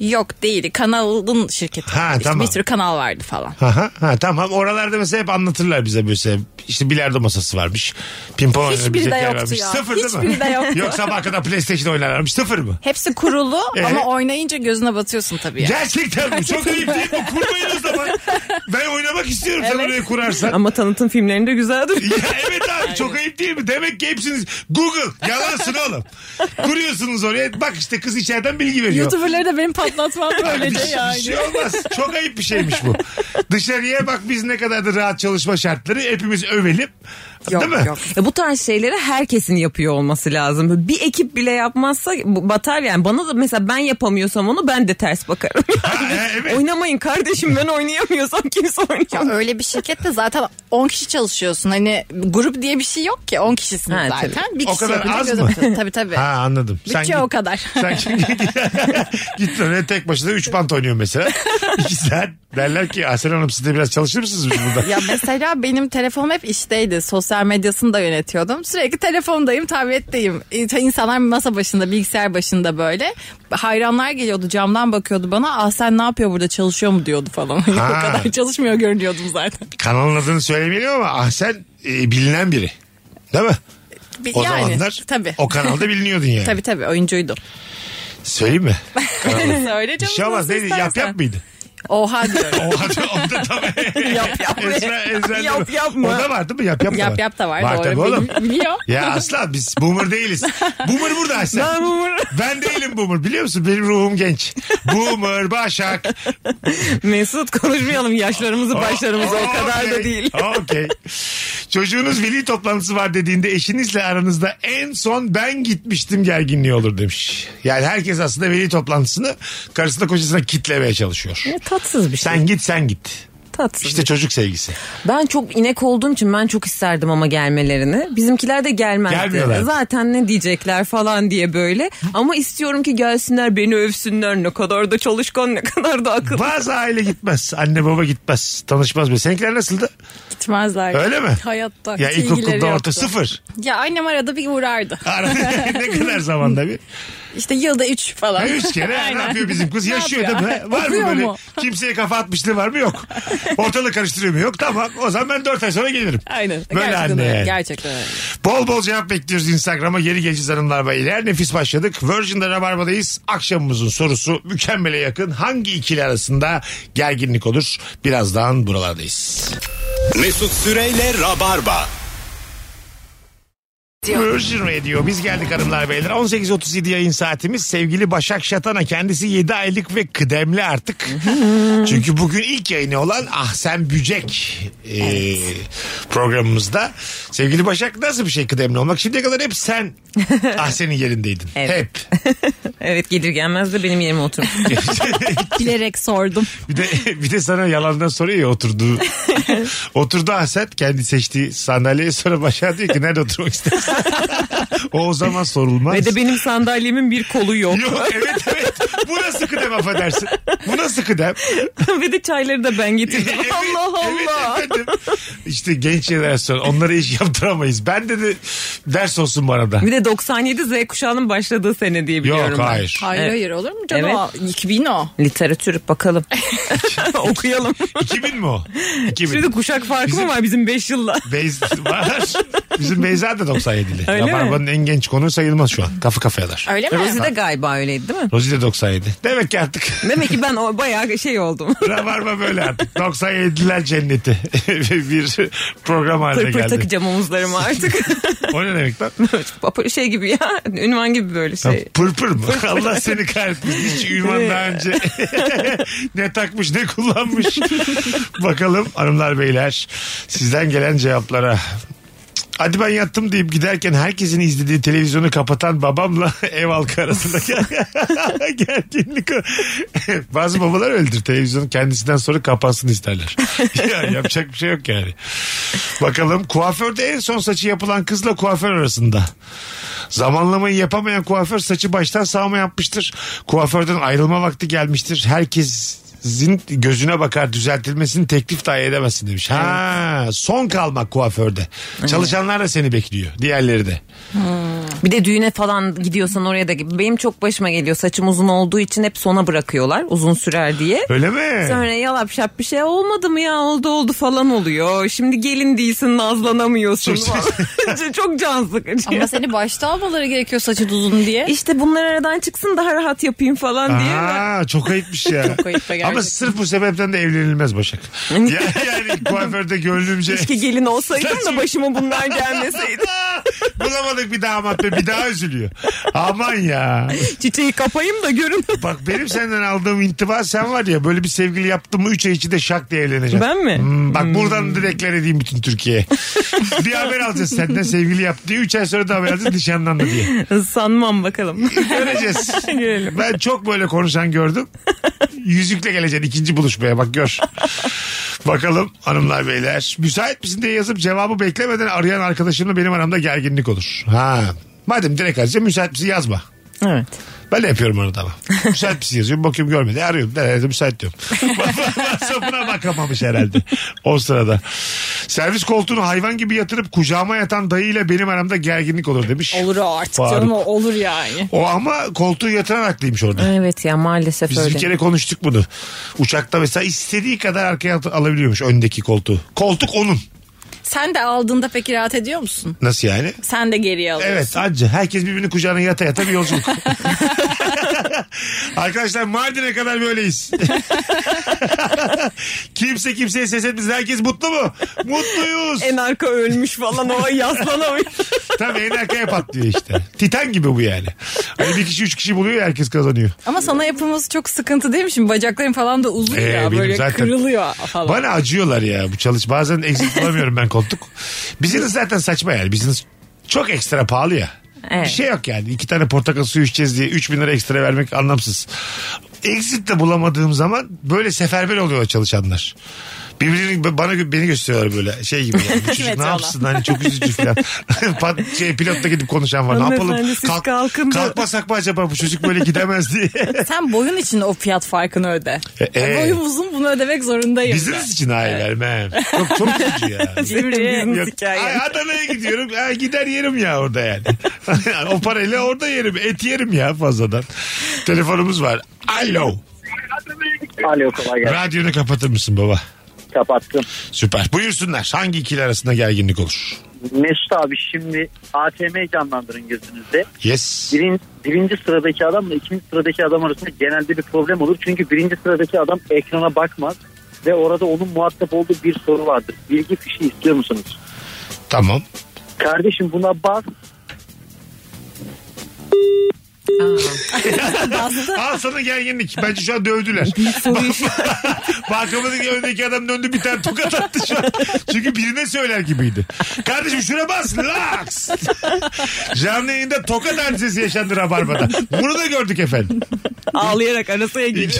Speaker 4: Yok değil. Kanalın şirketi.
Speaker 2: Ha,
Speaker 4: İşte
Speaker 2: tamam.
Speaker 4: Bir sürü kanal vardı falan.
Speaker 2: Aha, ha, tamam oralarda mesela hep anlatırlar bize mesela işte bilardo masası varmış. Pimpon
Speaker 4: Hiçbiri
Speaker 2: oynayabilecek
Speaker 4: de
Speaker 2: yer
Speaker 4: yoktu
Speaker 2: varmış.
Speaker 4: ya.
Speaker 2: Sıfır değil mi?
Speaker 4: Hiçbiri de yoktu.
Speaker 2: Yok sabah kadar PlayStation oynarlarmış. Sıfır mı?
Speaker 4: Hepsi kurulu
Speaker 7: E?
Speaker 2: Ee?
Speaker 4: ama oynayınca gözüne batıyorsun tabii. Yani.
Speaker 2: Gerçekten mi? Çok ayıp değil mi? Kurmayın o zaman. Ben oynamak istiyorum sen oraya kurarsan.
Speaker 3: Ama tanıtım filmlerinde güzeldir.
Speaker 2: Ya evet abi çok ayıp değil mi? Demek ki hepsiniz Google yalansın oğlum. Kuruyorsunuz oraya bak işte kız içeriden bilgi veriyor.
Speaker 4: YouTuber'ları da benim patlatmam
Speaker 2: bir,
Speaker 4: böylece
Speaker 2: şey- bir
Speaker 4: yani.
Speaker 2: şey olmaz. Çok ayıp bir şeymiş bu. Dışarıya bak biz ne kadar da rahat çalışma şartları hepimiz övelim.
Speaker 7: Yok,
Speaker 2: değil mi?
Speaker 7: yok. Ya E, bu tarz şeyleri herkesin yapıyor olması lazım. Böyle Bir ekip bile yapmazsa bu- batar yani. Bana da mesela ben yapamıyorsam onu ben de ters bakarım.
Speaker 2: Ha, e, evet.
Speaker 7: Oynamayın kardeşim ben oynayamıyorsam kimse
Speaker 4: Ya
Speaker 7: oynayamıyor.
Speaker 4: öyle bir şirkette zaten 10 kişi çalışıyorsun. Hani grup diye bir şey yok ki 10 kişisin
Speaker 7: Ha,
Speaker 4: zaten. Bir
Speaker 2: O
Speaker 4: kişi
Speaker 2: kadar
Speaker 4: yapınca
Speaker 2: az
Speaker 4: göze
Speaker 2: mı?
Speaker 4: batıyorsun. Tabii tabii.
Speaker 2: Ha anladım.
Speaker 4: Bütçe
Speaker 2: git-
Speaker 4: o kadar.
Speaker 2: Sen şimdi git oraya tek başına 3 bant oynuyor mesela. 2 saat derler ki Aslan Hanım siz de biraz çalışır mısınız biz burada?
Speaker 4: Ya mesela benim telefonum hep işteydi. Sosyal medyasını da yönetiyordum. Sürekli telefondayım, tabletteyim. İnsan- İnsanlar masa başında, bilgisayar başında böyle. Hayranlar geliyordu, camdan bakıyordu bana. Ah sen ne yapıyor burada, çalışıyor mu diyordu falan. Hani
Speaker 2: Ha.
Speaker 4: o kadar çalışmıyor görünüyordum zaten.
Speaker 2: Kanalın adını söylemeyelim ama Ahsen e, bilinen biri. Değil mi?
Speaker 4: Bir-
Speaker 2: O zamanlar
Speaker 4: tabii.
Speaker 2: o kanalda biliniyordun yani.
Speaker 4: Tabii tabii oyuncuydu.
Speaker 2: Söyleyeyim mi?
Speaker 4: Öyle
Speaker 2: Bir
Speaker 4: canım.
Speaker 2: şey olmaz
Speaker 4: nasıl
Speaker 2: neydi? Yap
Speaker 4: istersen.
Speaker 2: yap mıydı?
Speaker 4: Oha diyorum.
Speaker 2: O da, o da tabii.
Speaker 7: Yap yap.
Speaker 2: Ezra, Ezra
Speaker 7: Yap yapma.
Speaker 2: O da var değil mi? Yap yap da var.
Speaker 4: yap yap da var,
Speaker 2: Var
Speaker 4: doğru.
Speaker 2: tabii oğlum.
Speaker 4: Bil- biliyor.
Speaker 2: Ya asla biz boomer değiliz. Boomer burada Ahsen.
Speaker 7: Ben bunu-
Speaker 2: Ben değilim boomer biliyor musun? Benim ruhum genç. Boomer, Başak.
Speaker 7: Mesut konuşmayalım yaşlarımızı başlarımıza o kadar da
Speaker 2: Okey.
Speaker 7: değil.
Speaker 2: Okey. Oh, Çocuğunuz veli toplantısı var dediğinde eşinizle aranızda en son ben gitmiştim gerginliği olur demiş. Yani herkes aslında veli toplantısını karısına kocasına kitlemeye çalışıyor.
Speaker 7: Ya tatsız bir şey.
Speaker 2: Sen git sen git.
Speaker 7: tatsız.
Speaker 2: İşte çocuk sevgisi.
Speaker 7: Ben çok inek olduğum için ben çok isterdim ama gelmelerini. Bizimkiler de gelmezdi.
Speaker 2: Gelmiyorlar.
Speaker 7: Zaten ne diyecekler falan diye böyle. Ama istiyorum ki gelsinler beni övsünler. Ne kadar da çalışkan ne kadar da akıllı.
Speaker 2: Bazı aile gitmez. Anne baba gitmez. Tanışmaz bile. Seninkiler nasıldı?
Speaker 4: Gitmezler.
Speaker 2: Öyle mi?
Speaker 4: Hayatta.
Speaker 2: Ya
Speaker 4: hiç ilgileri
Speaker 2: ilkokulda orta
Speaker 4: yoktu.
Speaker 2: sıfır.
Speaker 4: Ya annem arada bir uğrardı.
Speaker 2: Ara- ne kadar zamanda bir?
Speaker 4: İşte yılda üç falan.
Speaker 2: Ha, üç kere ha, ne yapıyor bizim kız?
Speaker 4: Ne
Speaker 2: Yaşıyor
Speaker 4: yapıyor?
Speaker 2: değil mi? Var mı
Speaker 4: Okuyor
Speaker 2: böyle?
Speaker 4: mu?
Speaker 2: Kimseye kafa atmışlığı var mı? Yok. Ortalık karıştırıyor mu? Yok. Tamam. O zaman ben dört ay sonra gelirim.
Speaker 4: Aynen.
Speaker 2: Böyle
Speaker 4: gerçekten
Speaker 2: anne
Speaker 4: öyle.
Speaker 2: yani.
Speaker 4: Gerçekten öyle.
Speaker 2: Bol bol cevap bekliyoruz Instagram'a. Geri geleceğiz hanımlar beyler. Nefis başladık. Virgin'de Rabarba'dayız. Akşamımızın sorusu mükemmele yakın. Hangi ikili arasında gerginlik olur? Birazdan buralardayız.
Speaker 1: Mesut Süreyle Rabarba.
Speaker 2: Virgin Radio. Biz geldik hanımlar beyler. 18.37 yayın saatimiz. Sevgili Başak Şatan'a kendisi 7 aylık ve kıdemli artık. Çünkü bugün ilk yayını olan Ah Sen Bücek e, programımızda. Sevgili Başak nasıl bir şey kıdemli olmak? Şimdiye kadar hep sen Ah Sen'in yerindeydin. Hep.
Speaker 7: Evet gelir gelmez de benim yerime oturmuş.
Speaker 4: Bilerek sordum.
Speaker 2: Bir de bir de sana yalandan soruyor ya oturduğu. Oturdu Ahset kendi seçtiği sandalyeye sonra başa diyor ki nerede oturmak istersin? o, o zaman sorulmaz.
Speaker 7: Ve de benim sandalyemin bir kolu yok.
Speaker 2: Yok evet evet. Bu nasıl kıdem affedersin? Bu nasıl kıdem?
Speaker 7: Ve de çayları da ben getirdim.
Speaker 2: Evet,
Speaker 7: Allah Allah.
Speaker 2: Evet efendim. İşte genç jenerasyon onlara iş yaptıramayız. Ben de, de ders olsun bana da.
Speaker 7: Bir de 97 Z kuşağının başladığı sene diye biliyorum
Speaker 2: Yok
Speaker 7: ben.
Speaker 2: hayır.
Speaker 4: Hayır
Speaker 7: Evet.
Speaker 4: hayır olur mu canım?
Speaker 7: Evet.
Speaker 4: O 2000 o.
Speaker 7: Literatür bakalım. Okuyalım.
Speaker 2: 2000 mi o? 2000.
Speaker 7: Şurada kuşak farkı
Speaker 2: Bizim-
Speaker 7: mı var bizim 5 yılla?
Speaker 2: Beyz var. Bizim Beyza da 97'li.
Speaker 7: Öyle mi?
Speaker 2: Rabarba'nın en genç konuğu sayılmaz şu an. Kafa kafayalar.
Speaker 4: Öyle mi?
Speaker 7: Rosie de galiba öyleydi değil mi?
Speaker 2: Rozi de 97. Demek ki artık
Speaker 7: Demek ki ben o bayağı şey oldum.
Speaker 2: Rabarba böyle artık. 97'ler cenneti. bir program haline
Speaker 7: Pırpır
Speaker 2: geldi.
Speaker 7: takacağım omuzlarıma artık.
Speaker 2: O ne demek lan?
Speaker 7: Papır şey gibi ya. Ünvan gibi böyle
Speaker 2: Ya
Speaker 7: şey.
Speaker 2: Pırpır mı? Allah seni kahretmesin. Hiç ünvan daha önce ne takmış ne kullanmış. Bakalım hanımlar beyler sizden gelen cevaplara. Hadi ben yattım deyip giderken herkesin izlediği televizyonu kapatan babamla ev halkı arasında ger- gerginlik. o. Bazı babalar öldür televizyonu kendisinden sonra kapansın isterler. ya, yapacak bir şey yok yani. Bakalım kuaförde en son saçı yapılan kızla kuaför arasında. Zamanlamayı yapamayan kuaför saçı baştan sağma yapmıştır. Kuaförden ayrılma vakti gelmiştir. Herkesin gözüne bakar düzeltilmesini teklif dahi edemezsin demiş. Ha, son kalmak kuaförde. Çalışanlar da seni bekliyor. Diğerleri de.
Speaker 7: Bir de düğüne falan gidiyorsan oraya da benim çok başıma geliyor. Saçım uzun olduğu için hep sona bırakıyorlar. Uzun sürer diye.
Speaker 2: Öyle mi?
Speaker 7: Sonra yalap şap bir şey olmadı mı ya oldu oldu falan oluyor. Şimdi gelin değilsin nazlanamıyorsun falan. çok can sıkıcı.
Speaker 4: Ama seni başta almaları gerekiyor saçı uzun diye.
Speaker 7: İşte bunlar aradan çıksın daha rahat yapayım falan diye.
Speaker 2: Aa, çok ayıpmış ya.
Speaker 4: Çok ayıp be gerçekten.
Speaker 2: Ama sırf bu sebepten de evlenilmez Başak. Ya- yani kuaförde gönlümce
Speaker 7: Keşke gelin olsaydım da başıma bunlar gelmeseydi.
Speaker 2: bulamadık bir damat be bir daha üzülüyor. Aman ya.
Speaker 7: Çiçeği kapayım da görün.
Speaker 2: Bak benim senden aldığım intiba sen var ya böyle bir sevgili yaptım mı 3 ay içinde şak diye evleneceğim.
Speaker 7: Ben mi?
Speaker 2: Hmm, bak buradan da deklar edeyim bütün Türkiye'ye. bir haber alacağız senden sevgili yaptı diye 3 ay sonra da haber alacağız nişanlandı diye.
Speaker 7: Sanmam bakalım.
Speaker 2: Göreceğiz.
Speaker 7: Görelim.
Speaker 2: Ben çok böyle konuşan gördüm. Yüzükle geleceksin ikinci buluşmaya bak gör. Bakalım hanımlar beyler. Müsait misin diye yazıp cevabı beklemeden arayan arkadaşımla benim aramda gerginlik olur. Ha. Madem direkt arayacağım müsait misin yazma.
Speaker 7: Evet.
Speaker 2: Ben de yapıyorum onu tamam. Müsait misin yazıyorum. Bakıyorum görmedi. E, Arıyorum. Nerede müsait diyorum. WhatsApp'ına bakamamış herhalde. O sırada. Servis koltuğunu hayvan gibi yatırıp kucağıma yatan dayıyla benim aramda gerginlik olur demiş.
Speaker 4: Olur o artık
Speaker 2: Faruk.
Speaker 4: canım o olur yani.
Speaker 2: O ama koltuğu yatıran haklıymış orada.
Speaker 7: Evet ya maalesef
Speaker 2: Biz
Speaker 7: öyle.
Speaker 2: bir kere konuştuk bunu. Uçakta mesela istediği kadar arkaya at- alabiliyormuş öndeki koltuğu. Koltuk onun.
Speaker 4: Sen de aldığında peki rahat ediyor musun?
Speaker 2: Nasıl yani?
Speaker 4: Sen de geriye alıyorsun.
Speaker 2: Evet anca herkes birbirini kucağına yata yata bir yolculuk. Arkadaşlar Mardin'e kadar böyleyiz. Kimse kimseye ses etmez. Herkes mutlu mu? Mutluyuz.
Speaker 7: En arka ölmüş falan o yaslanamıyor.
Speaker 2: Tabii en arkaya patlıyor işte. Titan gibi bu yani. Hani bir kişi üç kişi buluyor ya, herkes kazanıyor.
Speaker 4: Ama sana yapılması çok sıkıntı değil mi? Şimdi bacakların falan da uzun
Speaker 2: Ee,
Speaker 4: ya
Speaker 2: benim
Speaker 4: böyle
Speaker 2: zaten-
Speaker 4: kırılıyor falan.
Speaker 2: Bana acıyorlar ya bu çalış. Bazen eksik bulamıyorum ben koltuk. Business zaten saçma yani. Business çok ekstra pahalı ya.
Speaker 3: Evet.
Speaker 2: Bir şey yok yani. İki tane portakal suyu içeceğiz diye 3000 lira ekstra vermek anlamsız. Exit de bulamadığım zaman böyle seferber oluyor çalışanlar. Birbirinin bana beni gösteriyorlar böyle şey gibi. Yani. Bu çocuk ne yapsın hani çok üzücü falan. Pat- şey, pilotla gidip konuşan var. Ne yapalım?
Speaker 3: Hanımefendi, siz kalkın da-
Speaker 2: kalkmasak mı acaba bu çocuk böyle gidemez diye.
Speaker 4: Sen boyun için o fiyat farkını öde.
Speaker 2: E, e.
Speaker 4: Boyum uzun bunu ödemek zorundayım. ben.
Speaker 2: Business için hayır vermem. Çok çok üzücü ya. Yok, ay Adana'ya gidiyorum. Ha, gider yerim ya orada yani. o parayla orada yerim. Et yerim ya fazladan. Telefonumuz var. Alo.
Speaker 8: Alo kolay gelsin.
Speaker 2: Radyonu kapatır mısın baba?
Speaker 8: Kapattım.
Speaker 2: Süper. Buyursunlar. Hangi ikili arasında gerginlik olur?
Speaker 8: Mesut abi şimdi ATM'yi canlandırın gözünüzde.
Speaker 2: Yes.
Speaker 8: Birin, birinci sıradaki adamla ikinci sıradaki adam arasında genelde bir problem olur. Çünkü birinci sıradaki adam ekrana bakmaz ve orada onun muhatap olduğu bir soru vardır. Bilgi fişi istiyor musunuz?
Speaker 2: Tamam.
Speaker 8: Kardeşim buna bak.
Speaker 2: Al sana gerginlik. Bence şu an dövdüler. Bankamadaki öndeki adam döndü bir tane tokat attı şu an. Çünkü birine söyler gibiydi. Kardeşim şuna bas. Laks. Canlı yayında tokat hadisesi yaşandı Rabarba'da. Bunu da gördük efendim.
Speaker 3: Ağlayarak arasaya gir.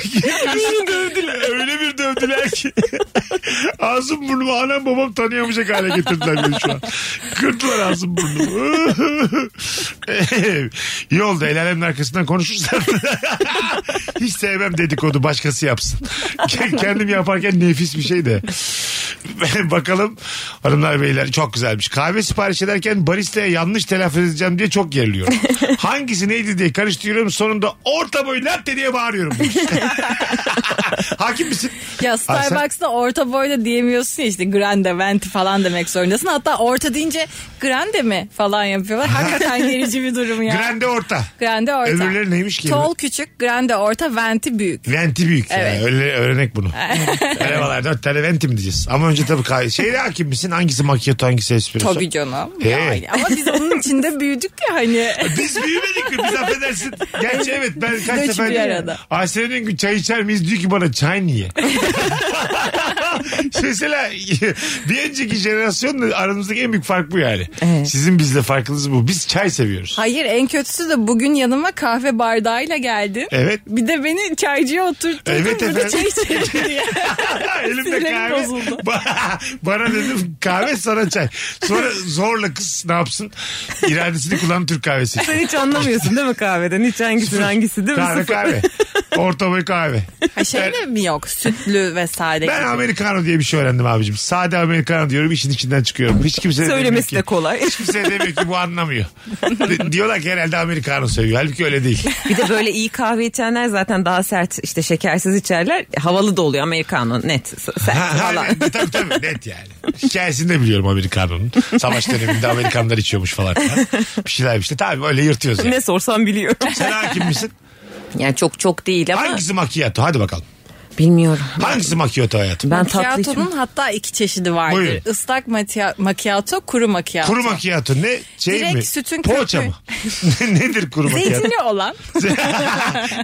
Speaker 2: dövdüler. Öyle bir dövdüler ki. ağzım burnumu anam babam tanıyamayacak hale getirdiler beni şu an. Kırdılar ağzım burnumu. İyi oldu el alemin arkasından konuşursan. Hiç sevmem dedikodu başkası yapsın. Kendim yaparken nefis bir şey de. Bakalım hanımlar beyler çok güzelmiş. Kahve sipariş ederken baristaya yanlış telaffuz edeceğim diye çok geriliyorum. Hangisi neydi diye karıştırıyorum sonunda orta boy latte diye bağırıyorum. Hakim misin?
Speaker 4: Ya
Speaker 2: sen-
Speaker 4: Starbucks'ta orta boyda diyemiyorsun ya işte grande, venti falan demek zorundasın. Hatta orta deyince grande mi falan yapıyorlar. Hakikaten gerici bir durum ya.
Speaker 2: Grande orta.
Speaker 4: Grande orta.
Speaker 2: Öbürleri neymiş ki?
Speaker 4: Tall küçük, grande orta, venti büyük.
Speaker 2: Venti büyük.
Speaker 4: Evet.
Speaker 2: Yani. Öyle öğrenek bunu. Merhabalar dört tane venti mi diyeceğiz? Ama önce tabii kah- şeyle hakim misin? Hangisi makyato hangisi espresso?
Speaker 4: Tabii canım.
Speaker 2: Ee?
Speaker 4: Yani. Ama biz onun içinde büyüdük ya hani.
Speaker 2: Biz büyümedik mi? Biz affedersin. Gerçi evet ben kaç
Speaker 4: Göç bir
Speaker 2: sefer
Speaker 4: arada.
Speaker 2: Ayşe'nin gün çay içer miyiz diyor ki bana çay niye? Mesela bir önceki jenerasyonla aramızdaki en büyük fark bu yani. Sizin bizle farkınız bu. Biz çay seviyoruz.
Speaker 4: Hayır en kötüsü de bugün yanıma kahve bardağıyla geldin.
Speaker 2: Evet.
Speaker 4: Bir de beni çaycıya oturttun.
Speaker 2: E- Evet
Speaker 4: burada
Speaker 2: efendim.
Speaker 4: çay içelim diye.
Speaker 2: Elimde
Speaker 4: Sinirlerim
Speaker 2: kahve.
Speaker 4: bozuldu.
Speaker 2: Ba- Bana dedim kahve sana çay. Sonra zorla kız ne yapsın? İradesini kullanan Türk kahvesi.
Speaker 3: Sen hiç anlamıyorsun değil mi kahveden? Hiç hangisi hangisi değil mi?
Speaker 2: Kahve
Speaker 3: Sıfır.
Speaker 2: kahve. Orta boy kahve.
Speaker 4: Ha, şey de mi yok? Sütlü vesaire.
Speaker 2: Ben
Speaker 4: gibi.
Speaker 2: Americano diye bir şey öğrendim abicim. Sade Americano diyorum işin içinden çıkıyorum. Hiç kimse demiyor
Speaker 3: Söylemesi
Speaker 2: ki-
Speaker 3: de kolay.
Speaker 2: Hiç kimse demiyor ki bu anlamıyor. Di- Diyorlar ki herhalde Americano seviyor. Halbuki öyle değil.
Speaker 3: Bir de böyle iyi kahve içenler zaten daha sert işte şekersiz içerler. Havalı da oluyor Americano net s- sert falan.
Speaker 2: tabii tabii net yani. Hikayesini de biliyorum Amerikanonun. Savaş döneminde Amerikanlar içiyormuş falan. filan. Bir şeyler işte. Tabii öyle yırtıyoruz yani.
Speaker 3: ne sorsam biliyorum.
Speaker 2: Sen hakim misin?
Speaker 3: Yani çok çok değil ama
Speaker 2: Hangisi macchiato? Hadi bakalım.
Speaker 3: bilmiyorum.
Speaker 2: Hangisi macchiato hayatım?
Speaker 3: Ben tatlı içim.
Speaker 4: Macchiato'nun hatta iki çeşidi vardır.
Speaker 2: Buyurun.
Speaker 4: Islak matia- macchiato, kuru macchiato.
Speaker 2: Kuru macchiato ne? Şey
Speaker 4: Direkt
Speaker 2: mi?
Speaker 4: sütün
Speaker 2: Poğaça
Speaker 4: köpüğü.
Speaker 2: mı? Nedir kuru macchiato?
Speaker 4: Zeytinli olan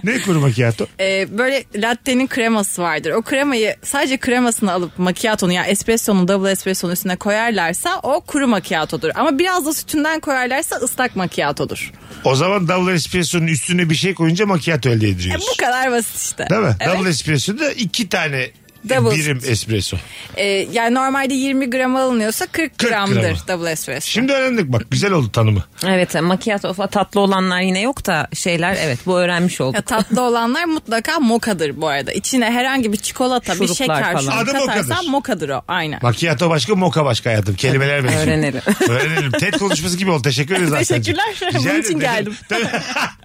Speaker 2: ne kuru macchiato?
Speaker 4: e, böyle latte'nin kreması vardır. O kremayı sadece kremasını alıp macchiato'nu ya yani espresso'nun double espresso'nun üstüne koyarlarsa o kuru macchiato'dur. Ama biraz da sütünden koyarlarsa ıslak macchiato'dur.
Speaker 2: O zaman double espresso'nun üstüne bir şey koyunca macchiato elde
Speaker 4: E,
Speaker 2: ediyoruz.
Speaker 4: bu kadar basit işte.
Speaker 2: Değil mi?
Speaker 4: Evet.
Speaker 2: Double espresso'da iki tane
Speaker 4: Double
Speaker 2: birim espresso.
Speaker 4: E, yani normalde 20 gram alınıyorsa 40,
Speaker 2: 40
Speaker 4: gramdır
Speaker 2: gramı.
Speaker 4: double espresso.
Speaker 2: Şimdi öğrendik bak güzel oldu tanımı.
Speaker 3: Evet macchiato falan tatlı olanlar yine yok da şeyler evet bu öğrenmiş olduk.
Speaker 4: Ya tatlı olanlar mutlaka mokadır bu arada. İçine herhangi bir çikolata, bir
Speaker 3: Şuruplar
Speaker 4: şeker
Speaker 3: falan.
Speaker 4: şurup
Speaker 2: Adı mokadır.
Speaker 4: katarsan mokadır o. Aynen.
Speaker 2: Macchiato başka moka başka hayatım. Kelimeler benziyor.
Speaker 3: Öğrenelim.
Speaker 2: Öğrenelim. TED konuşması gibi oldu. Teşekkür ederiz
Speaker 4: Teşekkürler.
Speaker 2: Hasan'cığım.
Speaker 4: Bunun
Speaker 2: ederim.
Speaker 4: için geldim.
Speaker 2: Tabii.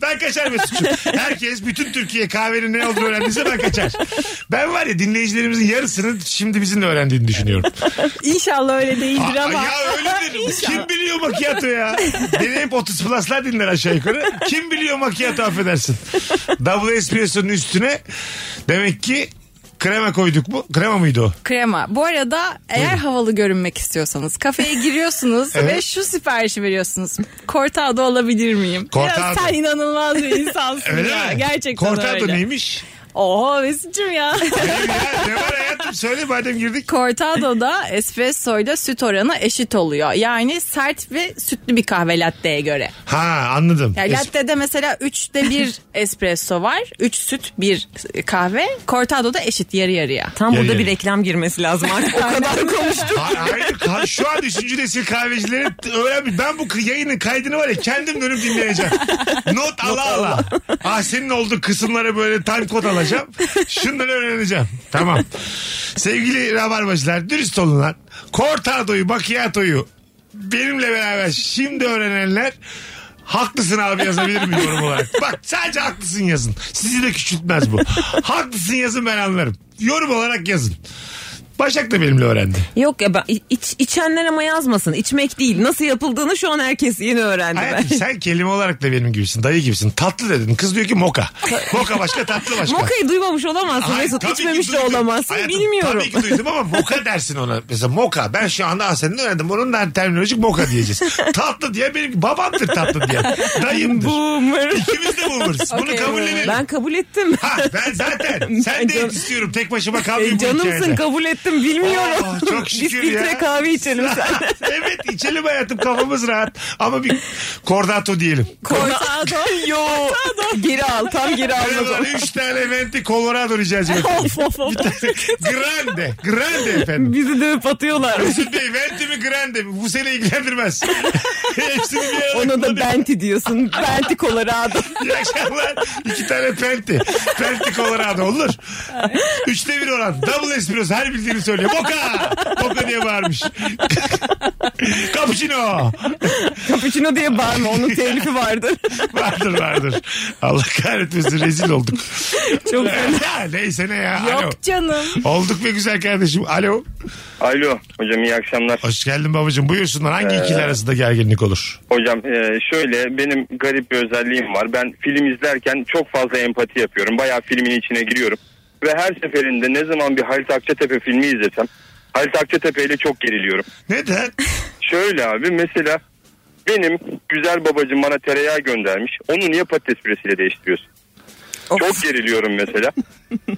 Speaker 2: ben kaçar Mesut'cum. Herkes bütün Türkiye kahvenin ne olduğunu öğrendiyse ben kaçar. Ben var ya dinleyicilerimizin yarısının şimdi bizim de öğrendiğini düşünüyorum.
Speaker 4: İnşallah öyle değildir
Speaker 2: Aa,
Speaker 4: ama.
Speaker 2: ya öyledir. Kim biliyor macchiato ya? Beni hep 30 plus'lar dinler aşağı yukarı. Kim biliyor macchiato affedersin. Double espresso'nun üstüne demek ki krema koyduk mu? Krema mıydı o?
Speaker 4: Krema. Bu arada eğer havalı görünmek istiyorsanız kafeye giriyorsunuz
Speaker 2: Evet.
Speaker 4: ve şu siparişi veriyorsunuz. Cortado olabilir miyim?
Speaker 2: Cortado.
Speaker 4: Biraz sen inanılmaz bir insansın
Speaker 2: Öyle
Speaker 4: ya.
Speaker 2: mi?
Speaker 4: Gerçekten
Speaker 2: Cortado
Speaker 4: öyle.
Speaker 2: neymiş?
Speaker 4: Oho Mesut'cum ya.
Speaker 2: Hayır ya ne var hayatım söyle madem girdik.
Speaker 4: Cortado'da espressoyla süt oranı eşit oluyor. Yani sert ve sütlü bir kahve latte'ye göre.
Speaker 2: Ha anladım.
Speaker 4: Yani latte'de mesela 3'te 1 espresso var. 3 süt 1 kahve. Cortado'da eşit yarı yarıya.
Speaker 7: Tam
Speaker 2: Ya,
Speaker 7: burada
Speaker 2: ya,
Speaker 7: bir
Speaker 2: ya.
Speaker 7: reklam girmesi lazım artık. O kadar konuştuk.
Speaker 2: Ha- Hayır, ha- şu an üçüncü nesil kahvecileri t- öğrenmiş. Ben bu kı- yayının kaydını var ya kendim dönüp dinleyeceğim. Not ala ala. Ah senin olduğu kısımlara böyle time kod alacağım. Şunları öğreneceğim. Tamam. Sevgili rabarbacılar dürüst olun lan. Cortado'yu, Macchiato'yu benimle beraber şimdi öğrenenler Haklısın abi yazabilir mi yorum olarak? Bak sadece haklısın yazın. Sizi de küçültmez bu. Haklısın yazın ben anlarım. Yorum olarak yazın. Başak da benimle öğrendi.
Speaker 7: Yok ya ben, iç, içenler ama yazmasın. İçmek değil. Nasıl yapıldığını şu an herkes yeni öğrendi.
Speaker 2: Hayatım sen kelime olarak da benim gibisin. Dayı gibisin. Tatlı dedin. Kız diyor ki moka. Moka başka tatlı başka.
Speaker 7: Moka'yı duymamış olamazsın
Speaker 2: Hayır,
Speaker 7: Mesut.
Speaker 2: tabii ki
Speaker 7: İçmemiş de
Speaker 2: duydum.
Speaker 7: olamazsın.
Speaker 2: Hayatım,
Speaker 7: Bilmiyorum.
Speaker 2: Tabii ki duydum ama moka dersin ona. Mesela moka. Ben şu anda senden öğrendim. Onun da terminolojik moka diyeceğiz. tatlı diye benim babamdır tatlı diye. Dayımdır.
Speaker 7: Boomer.
Speaker 2: İkimiz de buluruz. Bunu kabul edelim.
Speaker 7: Ben kabul ettim.
Speaker 2: Ha, ben zaten. Sen
Speaker 7: Ben
Speaker 2: de
Speaker 7: can-
Speaker 2: et istiyorum. Tek başıma kalmayayım bu
Speaker 7: Canımsın
Speaker 2: hikayede.
Speaker 7: kabul ettim bilmiyorum.
Speaker 2: Oh, çok
Speaker 7: Biz
Speaker 2: şükür
Speaker 7: filtre
Speaker 2: ya.
Speaker 7: kahve içelim sen.
Speaker 2: evet içelim hayatım kafamız rahat. Ama bir kordato diyelim.
Speaker 7: Cortado. Yo. Geri al. Tam geri al. o
Speaker 2: Merhabalar,
Speaker 7: zaman.
Speaker 2: Üç tane Venti Colorado rica ediyorum.
Speaker 7: Of, of, of.
Speaker 2: grande. Grande efendim.
Speaker 7: Bizi dövüp atıyorlar.
Speaker 2: Mesut Bey Venti mi Grande mi? Bu seni ilgilendirmez. Hepsini bir arada
Speaker 7: Ona da
Speaker 2: kullanıyor.
Speaker 7: Benti diyorsun. Benti Colorado.
Speaker 2: İyi akşamlar. İki tane Penti. Penti Colorado olur. Üçte bir oran. Double espresso her bildiğini söylüyor. Boka. Boka diye bağırmış. Cappuccino.
Speaker 7: Cappuccino diye bağırma. Onun telifi vardır.
Speaker 2: Vardır vardır. Allah kahretmesin rezil olduk.
Speaker 7: Çok
Speaker 2: ya, neyse ne ya. Alo.
Speaker 4: Yok canım.
Speaker 2: Olduk be güzel kardeşim. Alo.
Speaker 5: Alo hocam iyi akşamlar.
Speaker 2: Hoş geldin babacığım. Buyursunlar. Hangi
Speaker 8: Ee.
Speaker 2: ikili arasında gerginlik olur?
Speaker 5: Hocam e, şöyle benim garip bir özelliğim var. Ben film izlerken çok fazla empati yapıyorum. Bayağı filmin içine giriyorum. Ve her seferinde ne zaman bir Halit Akçatepe filmi izlesem Halit Akçatepe ile çok geriliyorum.
Speaker 2: Neden?
Speaker 5: Şöyle abi mesela benim güzel babacım bana tereyağı göndermiş. Onu niye patates püresiyle değiştiriyorsun? Çok geriliyorum mesela.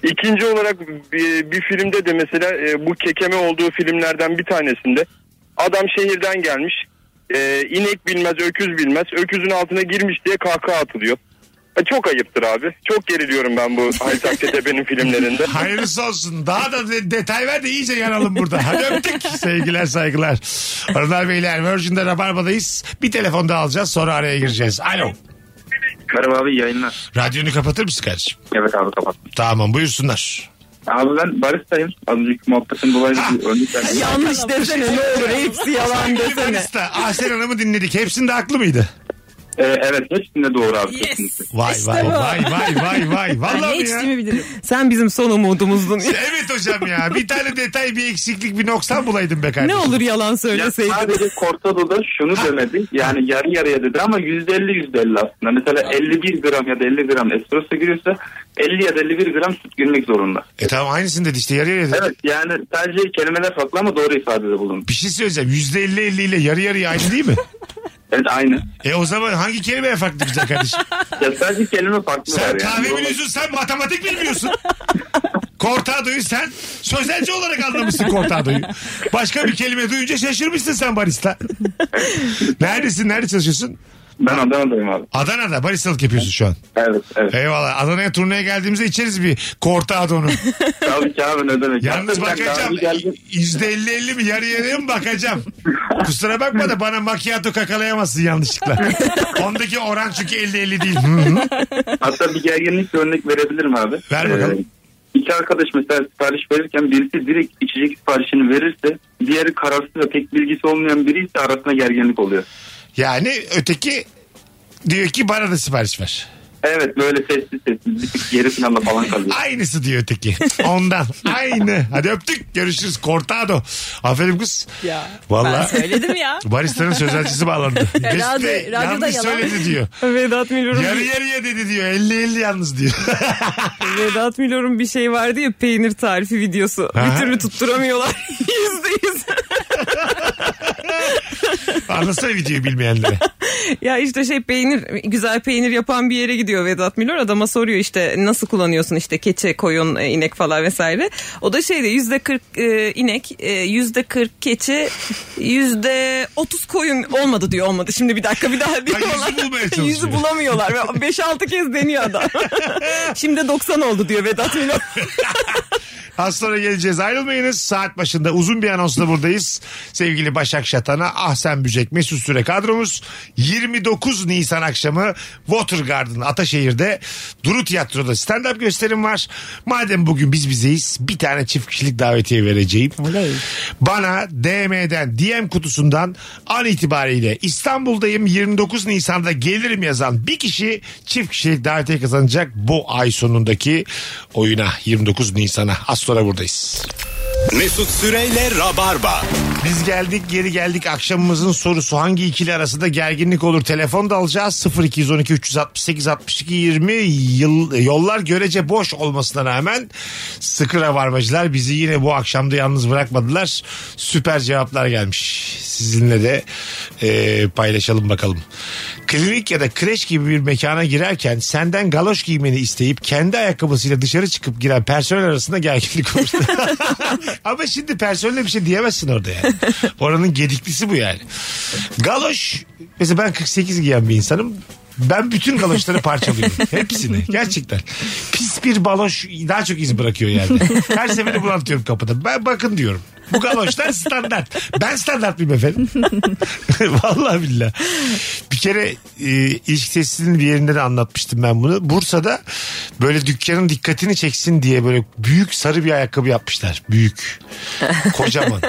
Speaker 5: İkinci olarak bir, bir filmde de mesela e, bu kekeme olduğu filmlerden bir tanesinde adam şehirden gelmiş. E, inek bilmez, öküz bilmez. Öküzün altına girmiş diye kahkaha atılıyor. E, çok ayıptır abi. Çok geriliyorum ben bu Halit Akçatepe'nin filmlerinde.
Speaker 2: Hayırlısı olsun. Daha da de- detay ver de iyice yaralım burada. Hadi öptük. Sevgiler saygılar. Hanımlar beyler Virgin'de Rabarba'dayız. Bir telefon daha alacağız sonra araya gireceğiz. Alo.
Speaker 8: Merhaba abi yayınlar.
Speaker 2: Radyonu kapatır mısın kardeşim?
Speaker 8: Evet abi kapat.
Speaker 2: Tamam buyursunlar.
Speaker 8: Abi ben baristayım. Az önceki muhabbetin dolayısıyla önlükler.
Speaker 7: Yanlış desene ne olur. Hepsi yalan desene.
Speaker 2: Barista, Ahsen Hanım'ı dinledik. Hepsinde haklı mıydı?
Speaker 8: Ee, evet hepsinde doğru abi.
Speaker 4: Yes.
Speaker 8: kesinlikle.
Speaker 2: Vay
Speaker 4: İşte
Speaker 2: vay,
Speaker 4: bu.
Speaker 2: vay vay vay vay. Vallahi
Speaker 4: Ne
Speaker 2: mi ya?
Speaker 4: içtiğimi bilirim.
Speaker 7: Sen bizim son umudumuzdun.
Speaker 2: Evet hocam ya. Bir tane detay, bir eksiklik, bir noksan bulaydın be
Speaker 7: ne
Speaker 2: kardeşim.
Speaker 7: olur yalan
Speaker 8: Ya
Speaker 7: söyleseydin.
Speaker 8: sadece Cortado'da şunu demedi. Yani yarı yarıya dedi ama %50 %50 aslında. Mesela 51 gram ya da 50 gram espresso giriyorsa 50 ya da 51 gram süt girmek zorunda.
Speaker 2: E tamam aynısını dedi işte yarı yarıya dedi.
Speaker 8: Evet yani sadece kelimeler farklı ama doğru ifadede bulundu.
Speaker 2: Bir şey söyleyeceğim. Yüzde elli elli ile yarı yarıya aynı değil mi?
Speaker 8: Evet aynı.
Speaker 2: E o zaman hangi kelimeye farklı güzel kardeşim?
Speaker 8: Ya sadece kelime farklı var
Speaker 2: Sen
Speaker 8: yani.
Speaker 2: kahve biliyorsun sen matematik bilmiyorsun. Cortado'yu sen sözelci olarak anlamışsın Cortado'yu. Başka bir kelime duyunca şaşırmışsın sen barista. Neredesin? Nerede çalışıyorsun?
Speaker 8: Ben Adana'dayım abi.
Speaker 2: Adana'da baristalık yapıyorsun şu an.
Speaker 8: Evet evet.
Speaker 2: Eyvallah. Adana'ya turneye geldiğimizde içeriz bir Cortado'nu.
Speaker 8: Tabii ki abi ne demek.
Speaker 2: Yalnız
Speaker 8: Hakikaten
Speaker 2: bakacağım.
Speaker 8: kahve geldi.
Speaker 2: Yüzde elli elli mi yarı yarıya mı bakacağım? Kusura bakma da bana macchiato kakalayamazsın yanlışlıkla. Ondaki oran çünkü elli elli değil. Hı hı.
Speaker 8: Hatta bir gerginlik örnek verebilirim abi. Ee,
Speaker 2: Ver bakalım.
Speaker 8: iki arkadaş mesela sipariş verirken birisi direkt içecek siparişini verirse diğeri kararsız ve pek bilgisi olmayan biri ise arasında gerginlik oluyor.
Speaker 2: yani öteki diyor ki bana da sipariş ver.
Speaker 8: Evet böyle sessiz sessiz bir tık geri planda falan kalıyor.
Speaker 2: Aynısı diyor öteki. Ondan. Aynı. Hadi öptük. Görüşürüz. Cortado. Aferin kız.
Speaker 4: Ya. Ben
Speaker 2: Vallahi
Speaker 4: söyledim ya.
Speaker 2: Barista'nın sözelcisi bağlandı. Mesut Bey
Speaker 4: radyo- radyoda
Speaker 2: yanlış
Speaker 4: yalan.
Speaker 2: söyledi diyor.
Speaker 7: Vedat Milor'un
Speaker 2: Yarı yarıya dedi diyor. 50-50 yalnız diyor.
Speaker 7: Vedat Milor'un bir şey vardı ya peynir tarifi videosu.
Speaker 2: Aha.
Speaker 7: Bir türlü tutturamıyorlar. Yüzde yüz.
Speaker 2: Anlatsana videoyu bilmeyenlere.
Speaker 3: Ya işte şey peynir güzel peynir yapan bir yere gidiyor Vedat Milor adama soruyor işte nasıl kullanıyorsun işte keçe koyun e, inek falan vesaire. O da şeyde yüzde kırk e, inek yüzde kırk keçi yüzde otuz koyun olmadı diyor olmadı şimdi bir dakika bir daha diyorlar.
Speaker 2: yüzü bulmaya çalışıyor.
Speaker 3: yüzü bulamıyorlar ve beş altı kez deniyor adam. şimdi 90 oldu diyor Vedat Milor.
Speaker 2: Az sonra geleceğiz. Ayrılmayınız. Saat başında uzun bir anonsla buradayız. Sevgili Başak Şatan'a, Ahsen Bücek, Mesut Süre kadromuz. 29 Nisan akşamı Watergarden Ataşehir'de Duru Tiyatro'da stand-up gösterim var. Madem bugün biz bizeyiz bir tane çift kişilik davetiye vereceğim. Bana DM'den, DM kutusundan an itibariyle İstanbul'dayım 29 Nisan'da gelirim yazan bir kişi çift kişilik davetiye kazanacak bu ay sonundaki oyuna 29 Nisan'a. Az sonra buradayız.
Speaker 1: Mesut Süreyle Rabarba.
Speaker 2: Biz geldik geri geldik akşamımızın sorusu hangi ikili arasında gerginlik olur telefon da alacağız 0212 368 62 20 yıl, yollar görece boş olmasına rağmen sıkı ravarmacılar bizi yine bu akşamda yalnız bırakmadılar süper cevaplar gelmiş sizinle de e, paylaşalım bakalım klinik ya da kreş gibi bir mekana girerken senden galoş giymeni isteyip kendi ayakkabısıyla dışarı çıkıp giren personel arasında gerginlik olur Ama şimdi personele bir şey diyemezsin orada yani. Oranın gediklisi bu yani. Galoş. Mesela ben 48 giyen bir insanım. Ben bütün galoşları parçalıyorum. Hepsini. Gerçekten. Pis bir baloş daha çok iz bırakıyor yerde. Her seferinde bunu anlatıyorum kapıda. Ben bakın diyorum. Bu galoşlar standart. Ben standart mıyım efendim? Vallahi billahi. Bir kere e, ilişki testinin bir yerinde de anlatmıştım ben bunu. Bursa'da böyle dükkanın dikkatini çeksin diye böyle büyük sarı bir ayakkabı yapmışlar. Büyük. Kocaman.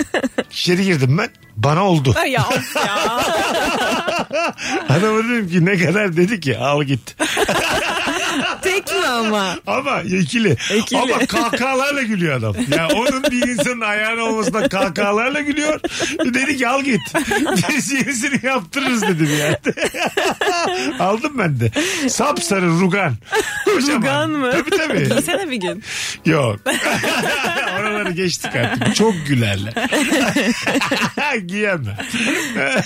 Speaker 2: İçeri girdim ben. Bana oldu.
Speaker 3: ya of ya.
Speaker 2: Adama dedim ki ne kadar dedi ki al git.
Speaker 3: Tek mi ama?
Speaker 2: Ama ikili.
Speaker 3: İkili.
Speaker 2: Ama kahkahalarla gülüyor adam. Ya onun bir insanın ayağına olmasına kahkahalarla gülüyor. Dedi ki al git. Biz yenisini yaptırırız dedim yani. Aldım ben de. Sapsarı rugan. Kocaman.
Speaker 3: Rugan mı?
Speaker 2: Tabii tabii.
Speaker 3: Giysene bir gün.
Speaker 2: Yok. Oraları geçtik artık. Çok gülerler. Giyemem.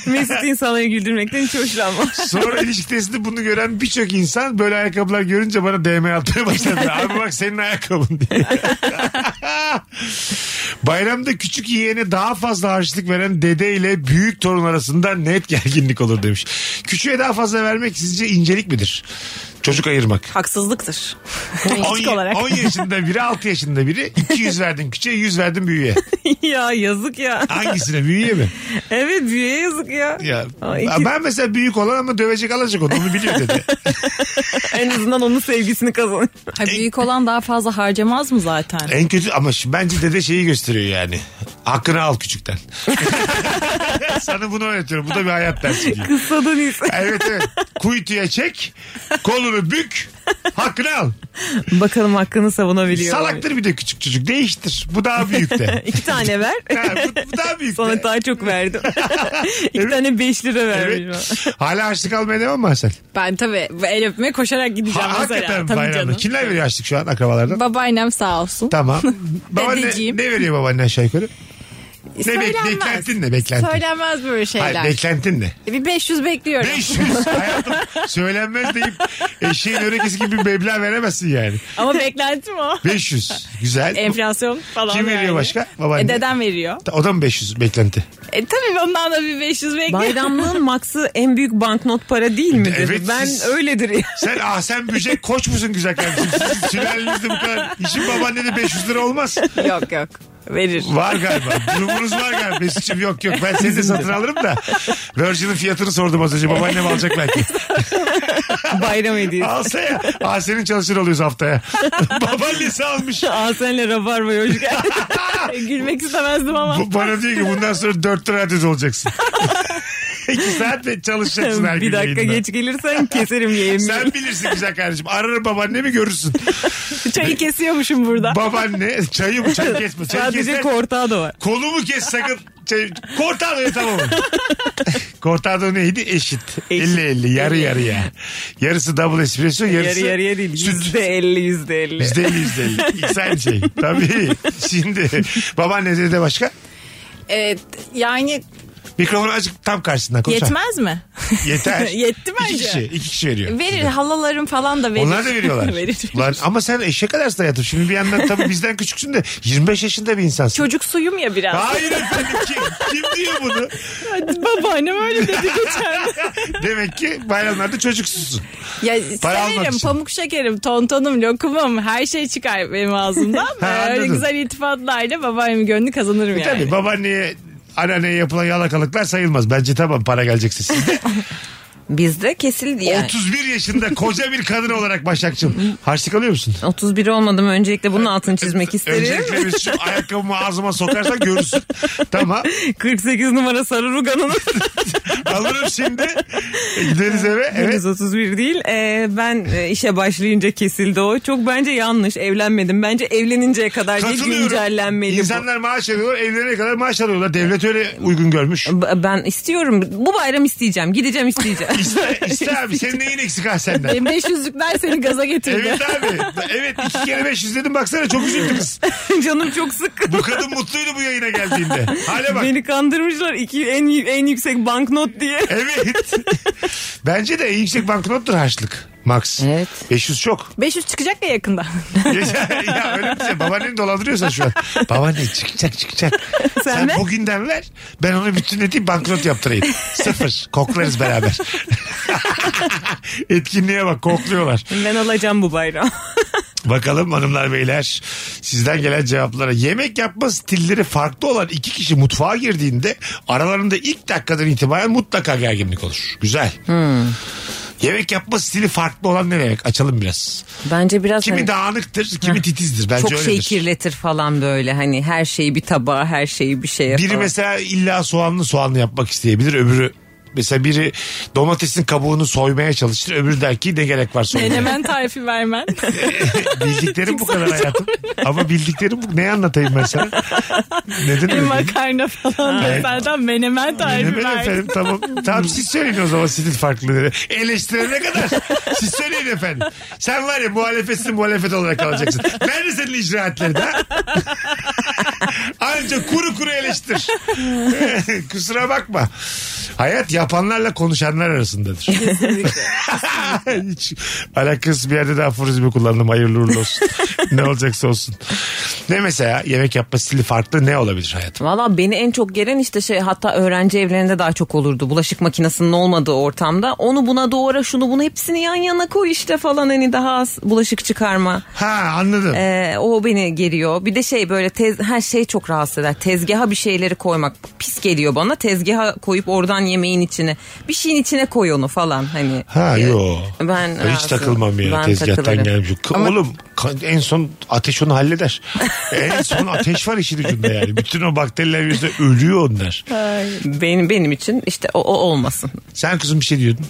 Speaker 3: Mesut insanları güldürmekten hiç hoşlanmam.
Speaker 2: Sonra ilişkisinde bunu gören birçok insan böyle ayakkabılar görünce bana DM atmaya başladı. Abi bak senin ayakkabın diye. Bayramda küçük yeğene daha fazla harçlık veren dede ile büyük torun arasında net gerginlik olur demiş. Küçüğe daha fazla vermek sizce incelik midir? Çocuk ayırmak.
Speaker 4: Haksızlıktır.
Speaker 2: 10,
Speaker 4: olarak.
Speaker 2: 10 yaşında biri 6 yaşında biri 200 verdin küçüğe 100 verdin büyüğe.
Speaker 3: ya yazık ya.
Speaker 2: Hangisine büyüğe mi?
Speaker 3: Evet büyüye yazık ya.
Speaker 2: Ya,
Speaker 3: Ay, iki-
Speaker 2: ben mesela büyük olan ama dövecek alacak onu, onu biliyor dede.
Speaker 3: En azından onun sevgisini kazanıyor.
Speaker 4: Ha, büyük olan daha fazla harcamaz mı zaten?
Speaker 2: En kötü ama şu- bence dede şeyi gösteriyor yani. Hakkını al küçükten. Sana bunu öğretiyorum. Bu da bir hayat dersi gibi.
Speaker 3: Kısadın insan.
Speaker 2: Evet evet. Kuytuya çek. Kolunu bük. Hakkını al.
Speaker 3: Bakalım hakkını savunabiliyor. mu?
Speaker 2: Salaktır bir de küçük çocuk. Değiştir. Bu daha büyük de.
Speaker 3: İki tane ver.
Speaker 2: Ha, bu, bu daha büyük
Speaker 3: Sana
Speaker 2: de.
Speaker 3: daha çok verdim. İki tane beş lira vermiş.
Speaker 2: Evet. Hala harçlık almaya devam mı Hasan?
Speaker 4: Ben tabii el öpmeye koşarak
Speaker 2: Ha,
Speaker 4: gideceğim mesela.
Speaker 2: hakikaten
Speaker 4: Tabii
Speaker 2: bayramda.
Speaker 4: canım.
Speaker 2: Kimler veriyor harçlık şu an akrabalardan?
Speaker 4: Babaannem sağ olsun.
Speaker 2: tamam. Babaanne,
Speaker 4: Dedeciğim.
Speaker 2: ne veriyor babaannen aşağı yukarı? Ne bek-
Speaker 4: Söylenmez.
Speaker 2: beklentin ne? Beklentin.
Speaker 4: Söylenmez böyle şeyler.
Speaker 2: Hayır, beklentin ne?
Speaker 4: bir 500 bekliyorum.
Speaker 2: 500 hayatım söylenmez deyip eşeğin örekesi gibi bir meblağ veremezsin yani.
Speaker 4: Ama beklentim o.
Speaker 2: 500 güzel.
Speaker 4: Enflasyon falan
Speaker 2: Kim veriyor
Speaker 4: yani.
Speaker 2: başka? Babaanne.
Speaker 4: E, dedem veriyor.
Speaker 2: O da mı 500 beklenti?
Speaker 4: E tabii ondan da bir 500 bekliyorum.
Speaker 3: Bayramlığın maksı en büyük banknot para değil midir?
Speaker 2: Evet,
Speaker 3: ben
Speaker 2: siz-
Speaker 3: öyledir ya.
Speaker 2: Sen ah sen böcek koç musun güzel kardeşim? Sizin sülalenizde bu kadar. İşin babaannede 500 lira olmaz.
Speaker 4: yok yok. Verir.
Speaker 2: Var galiba. Durumunuz var galiba. Mesut'cum yok yok. Ben seni de satın alırım da. Virgin'in fiyatını sordum az önce. Babaannem alacak belki.
Speaker 3: Bayram hediyesi.
Speaker 2: Alsa ya. Ah senin çalışır oluyoruz haftaya. Babaannesi almış.
Speaker 3: Al senle rabarbaya hoş geldin. E,
Speaker 4: Gülmek istemezdim ama.
Speaker 2: Bu- bana diyor ki bundan sonra 4 lira adres olacaksın. 2 saat ve çalışacaksın her gün.
Speaker 3: bir dakika
Speaker 2: yayında.
Speaker 3: geç gelirsen keserim yeğenimi.
Speaker 2: Sen bilirsin güzel kardeşim. Ararım babaannemi görürsün.
Speaker 4: Çayı kesiyormuşum burada.
Speaker 2: Babaanne çayı mı çay kesme. Çayı
Speaker 3: Sadece
Speaker 2: kesme.
Speaker 3: kortağı da var.
Speaker 2: Kolumu kes sakın. Çay, kortado tamam. kortado neydi? Eşit. 50-50 yarı yarı ya. Yarısı double espresso yarısı
Speaker 3: Yarı yarıya değil.
Speaker 2: süt.
Speaker 3: Yüzde elli yüzde elli.
Speaker 2: Yüzde elli yüzde elli. İkisi aynı şey. Tabii. Şimdi babaanne de başka.
Speaker 4: Evet, E, yani
Speaker 2: Mikrofonu azıcık tam karşısından konuş.
Speaker 4: Yetmez mi?
Speaker 2: Yeter.
Speaker 4: Yetti bence.
Speaker 2: İki kişi, iki kişi veriyor.
Speaker 4: Verir halalarım falan da verir.
Speaker 2: Onlar da veriyorlar.
Speaker 4: verir.
Speaker 2: Ulan ama sen eşek adarsın hayatım. Şimdi bir yandan tabii bizden küçüksün de 25 yaşında bir insansın.
Speaker 4: Çocuk suyum ya biraz.
Speaker 2: Hayır efendim kim, kim diyor bunu?
Speaker 4: Babaannem öyle dedi geçen.
Speaker 2: Demek ki bayramlarda çocuksuzsun.
Speaker 4: ya
Speaker 2: Para almak
Speaker 4: severim
Speaker 2: için.
Speaker 4: pamuk şekerim, tontonum, lokumum her şey çıkar benim ağzımdan.
Speaker 2: Ha,
Speaker 4: öyle
Speaker 2: anladım. E,
Speaker 4: güzel iltifatlarla babaannemin gönlünü kazanırım yani.
Speaker 2: Tabii babaanneye anneanneye yapılan yalakalıklar sayılmaz. Bence tamam para gelecekse sizde.
Speaker 3: Bizde kesildi yani.
Speaker 2: 31 yaşında koca bir kadın olarak Başakçım. Harçlık alıyor musun?
Speaker 3: 31 olmadım öncelikle bunun altını çizmek isterim.
Speaker 2: Öncelikle biz şu ayakkabımı ağzıma sokarsan görürsün. tamam.
Speaker 3: 48 numara sarı ruganın
Speaker 2: Alırım şimdi. Gideriz eve. Evet.
Speaker 3: henüz 31 değil. Ee, ben e, işe başlayınca kesildi o. Çok bence yanlış. Evlenmedim. Bence evleninceye kadar bir
Speaker 2: Katılıyorum.
Speaker 3: güncellenmeli bu.
Speaker 2: İnsanlar maaş alıyorlar. Evlerine kadar maaş alıyorlar. Devlet öyle uygun görmüş.
Speaker 3: B- Ben istiyorum. Bu bayram isteyeceğim. Gideceğim isteyeceğim.
Speaker 2: İşte, işte E, abi senin neyin eksik ha senden?
Speaker 4: Benim 500'lükler seni gaza getirdi.
Speaker 2: Evet abi. Evet iki kere 500 dedim baksana çok üzüldü kız.
Speaker 3: Canım çok sık.
Speaker 2: Bu kadın mutluydu bu yayına geldiğinde. Hale bak.
Speaker 3: Beni kandırmışlar. İki, en, en yüksek banknot diye.
Speaker 2: Evet. Bence de en yüksek banknottur harçlık. Max.
Speaker 3: Evet.
Speaker 2: 500 çok.
Speaker 4: 500 çıkacak ya yakında.
Speaker 2: ya, ya öyle bir şey. Babaanneni dolandırıyorsan şu an. Babaanne çıkacak çıkacak. Sen,
Speaker 3: ver.
Speaker 2: bugünden ver. Ben onu bütünleteyim banknot yaptırayım. Sıfır. Koklarız beraber. Etkinliğe bak kokluyorlar.
Speaker 3: Ben alacağım bu bayram.
Speaker 2: Bakalım hanımlar beyler sizden gelen cevaplara. Yemek yapma stilleri farklı olan iki kişi mutfağa girdiğinde aralarında ilk dakikadan itibaren mutlaka gerginlik olur. Güzel. Yemek yapma stili farklı olan ne demek? Açalım biraz.
Speaker 3: Bence biraz
Speaker 4: hani
Speaker 2: Kimi dağınıktır, kimi titizdir. Bence
Speaker 3: çok şey
Speaker 2: öyledir.
Speaker 3: kirletir falan böyle hani her şeyi bir tabağa her şeyi bir şeye
Speaker 2: Biri
Speaker 3: falan.
Speaker 2: mesela illa soğanlı soğanlı yapmak isteyebilir öbürü Mesela biri domatesin kabuğunu soymaya çalışır. Öbürü der ki ne gerek var soymaya.
Speaker 4: Menemen tarifi vermen.
Speaker 2: bildiklerim bu kadar hayatım. Ama bildiklerim bu. Ne anlatayım ben sana? Neden öyle değil?
Speaker 4: makarna falan
Speaker 2: Evet.
Speaker 4: senden menemen
Speaker 2: Ne
Speaker 4: tarifi
Speaker 2: ben
Speaker 4: verdi.
Speaker 2: efendim tamam. Tamam siz söyleyin o zaman stil farklılığını. Eleştirene kadar siz söyleyin efendim. Sen var ya muhalefetsin muhalefet olarak kalacaksın. Nerede senin icraatlerin ha? Ancak kuru kuru eleştir. Kusura bakma. Hayat yapanlarla konuşanlar arasındadır. Hiç alakasız bir yerde daha aforizmi kullandım. Hayırlı uğurlu olsun. ne olacaksa olsun. Ne mesela yemek yapma stili farklı ne olabilir hayatım?
Speaker 3: Valla beni en çok gelen işte şey hatta öğrenci evlerinde daha çok olurdu. Bulaşık makinesinin olmadığı ortamda. Onu buna doğra şunu bunu hepsini yan yana koy işte falan hani daha az bulaşık çıkarma.
Speaker 2: Ha anladım.
Speaker 3: Ee, o beni geriyor. Bir de şey böyle tez, her şey çok rahatsız eder. Tezgaha bir şeyleri koymak pis geliyor bana. Tezgaha koyup oradan yemeğin içine. Bir şeyin içine koy onu falan hani.
Speaker 2: Ha
Speaker 3: Ee,
Speaker 2: yo.
Speaker 3: Ben
Speaker 2: Ben hiç
Speaker 3: rahatsız-
Speaker 2: takılmam ya
Speaker 3: ben
Speaker 2: tezgahtan
Speaker 3: takılırım.
Speaker 2: gelmiş. K- Oğlum ka- en son ateş onu halleder. en son ateş var işin ucunda yani. Bütün o bakteriler yüzünden ölüyor onlar.
Speaker 3: Benim, benim için işte o, o olmasın.
Speaker 2: Sen kızım bir şey diyordun.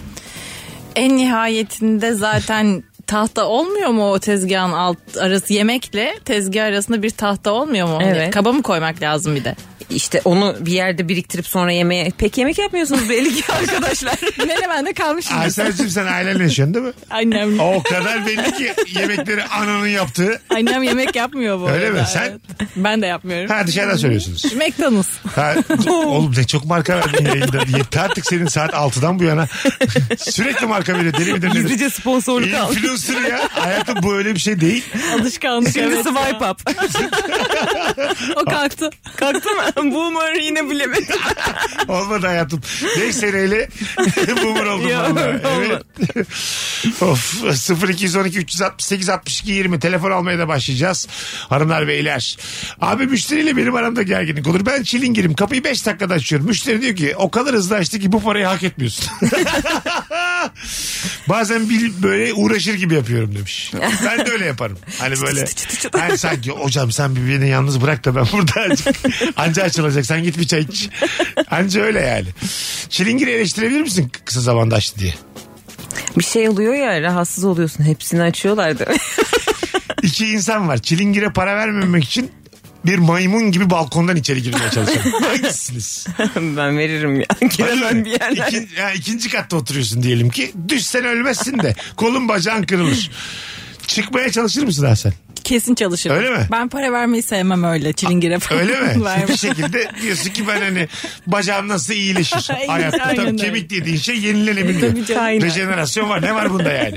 Speaker 4: En nihayetinde zaten tahta olmuyor mu o tezgahın alt arası yemekle tezgah arasında bir tahta olmuyor mu? Hani
Speaker 3: Evet.
Speaker 4: kaba mı koymak lazım bir de?
Speaker 3: İşte onu bir yerde biriktirip sonra yemeğe... Pek yemek yapmıyorsunuz belli ki arkadaşlar.
Speaker 4: Menemen'de kalmışım.
Speaker 2: Aysel'cim sen ailenle yaşıyorsun değil mi?
Speaker 4: Annem.
Speaker 2: O kadar belli ki yemekleri ananın yaptığı.
Speaker 4: Annem yemek yapmıyor bu
Speaker 2: Öyle mi?
Speaker 4: arada.
Speaker 2: Sen-
Speaker 4: Evet. Ben de yapmıyorum.
Speaker 2: Ha dışarıdan söylüyorsunuz.
Speaker 4: McDonald's.
Speaker 2: Ha, oğlum ne çok marka verdin yayında. Yetti artık senin saat 6'dan bu yana. Sürekli marka veriyor. Deli midir nedir?
Speaker 3: Gizlice sponsorluk al.
Speaker 2: Influencer ya. Hayatım bu öyle bir şey değil.
Speaker 4: Alışkanlık.
Speaker 3: Şimdi
Speaker 4: evet ya.
Speaker 3: swipe up.
Speaker 4: O kalktı.
Speaker 3: Kalktı mı? Boomer yine bilemedi.
Speaker 2: Olmadı hayatım. 5 seneyle boomer oldum
Speaker 3: Ya,
Speaker 2: vallahi.
Speaker 3: olmadı.
Speaker 2: Evet. of 0212 368 62 20 telefon almaya da başlayacağız. Hanımlar beyler. Abi müşteriyle benim aramda gerginlik olur. Ben çilingirim kapıyı 5 dakikada açıyorum. Müşteri diyor ki o kadar hızlı açtı ki bu parayı hak etmiyorsun. Bazen bil, böyle uğraşır gibi yapıyorum demiş. Ben de öyle yaparım. Hani böyle hani sanki hocam sen bir beni yalnız bırak da ben burada azıcık- anca açılacak. Sen git bir çay iç. Anca öyle yani. Çilingiri eleştirebilir misin kı- kısa zamanda açtı diye?
Speaker 3: Bir şey oluyor ya rahatsız oluyorsun. Hepsini açıyorlardı.
Speaker 2: İki insan var. Çilingire para vermemek için bir maymun gibi balkondan içeri girmeye çalışan. Hangisiniz?
Speaker 3: ben veririm ya. Giremem bir yerden.
Speaker 2: İki, ya ikinci katta oturuyorsun diyelim ki. Düşsen ölmezsin de. Kolun bacağın kırılır. Çıkmaya çalışır mısın Hasan?
Speaker 4: kesin çalışırım.
Speaker 2: Öyle mi?
Speaker 4: Ben para vermeyi sevmem öyle çilingire falan.
Speaker 2: Öyle mi?
Speaker 4: Vermem.
Speaker 2: bir şekilde diyorsun ki ben hani bacağım nasıl iyileşir
Speaker 4: Aynen,
Speaker 2: hayatta. Tabii
Speaker 4: aynen
Speaker 2: kemik
Speaker 4: öyle.
Speaker 2: dediğin şey yenilenebiliyor.
Speaker 4: Tabii canım. Aynen.
Speaker 2: Rejenerasyon var. Ne var bunda yani?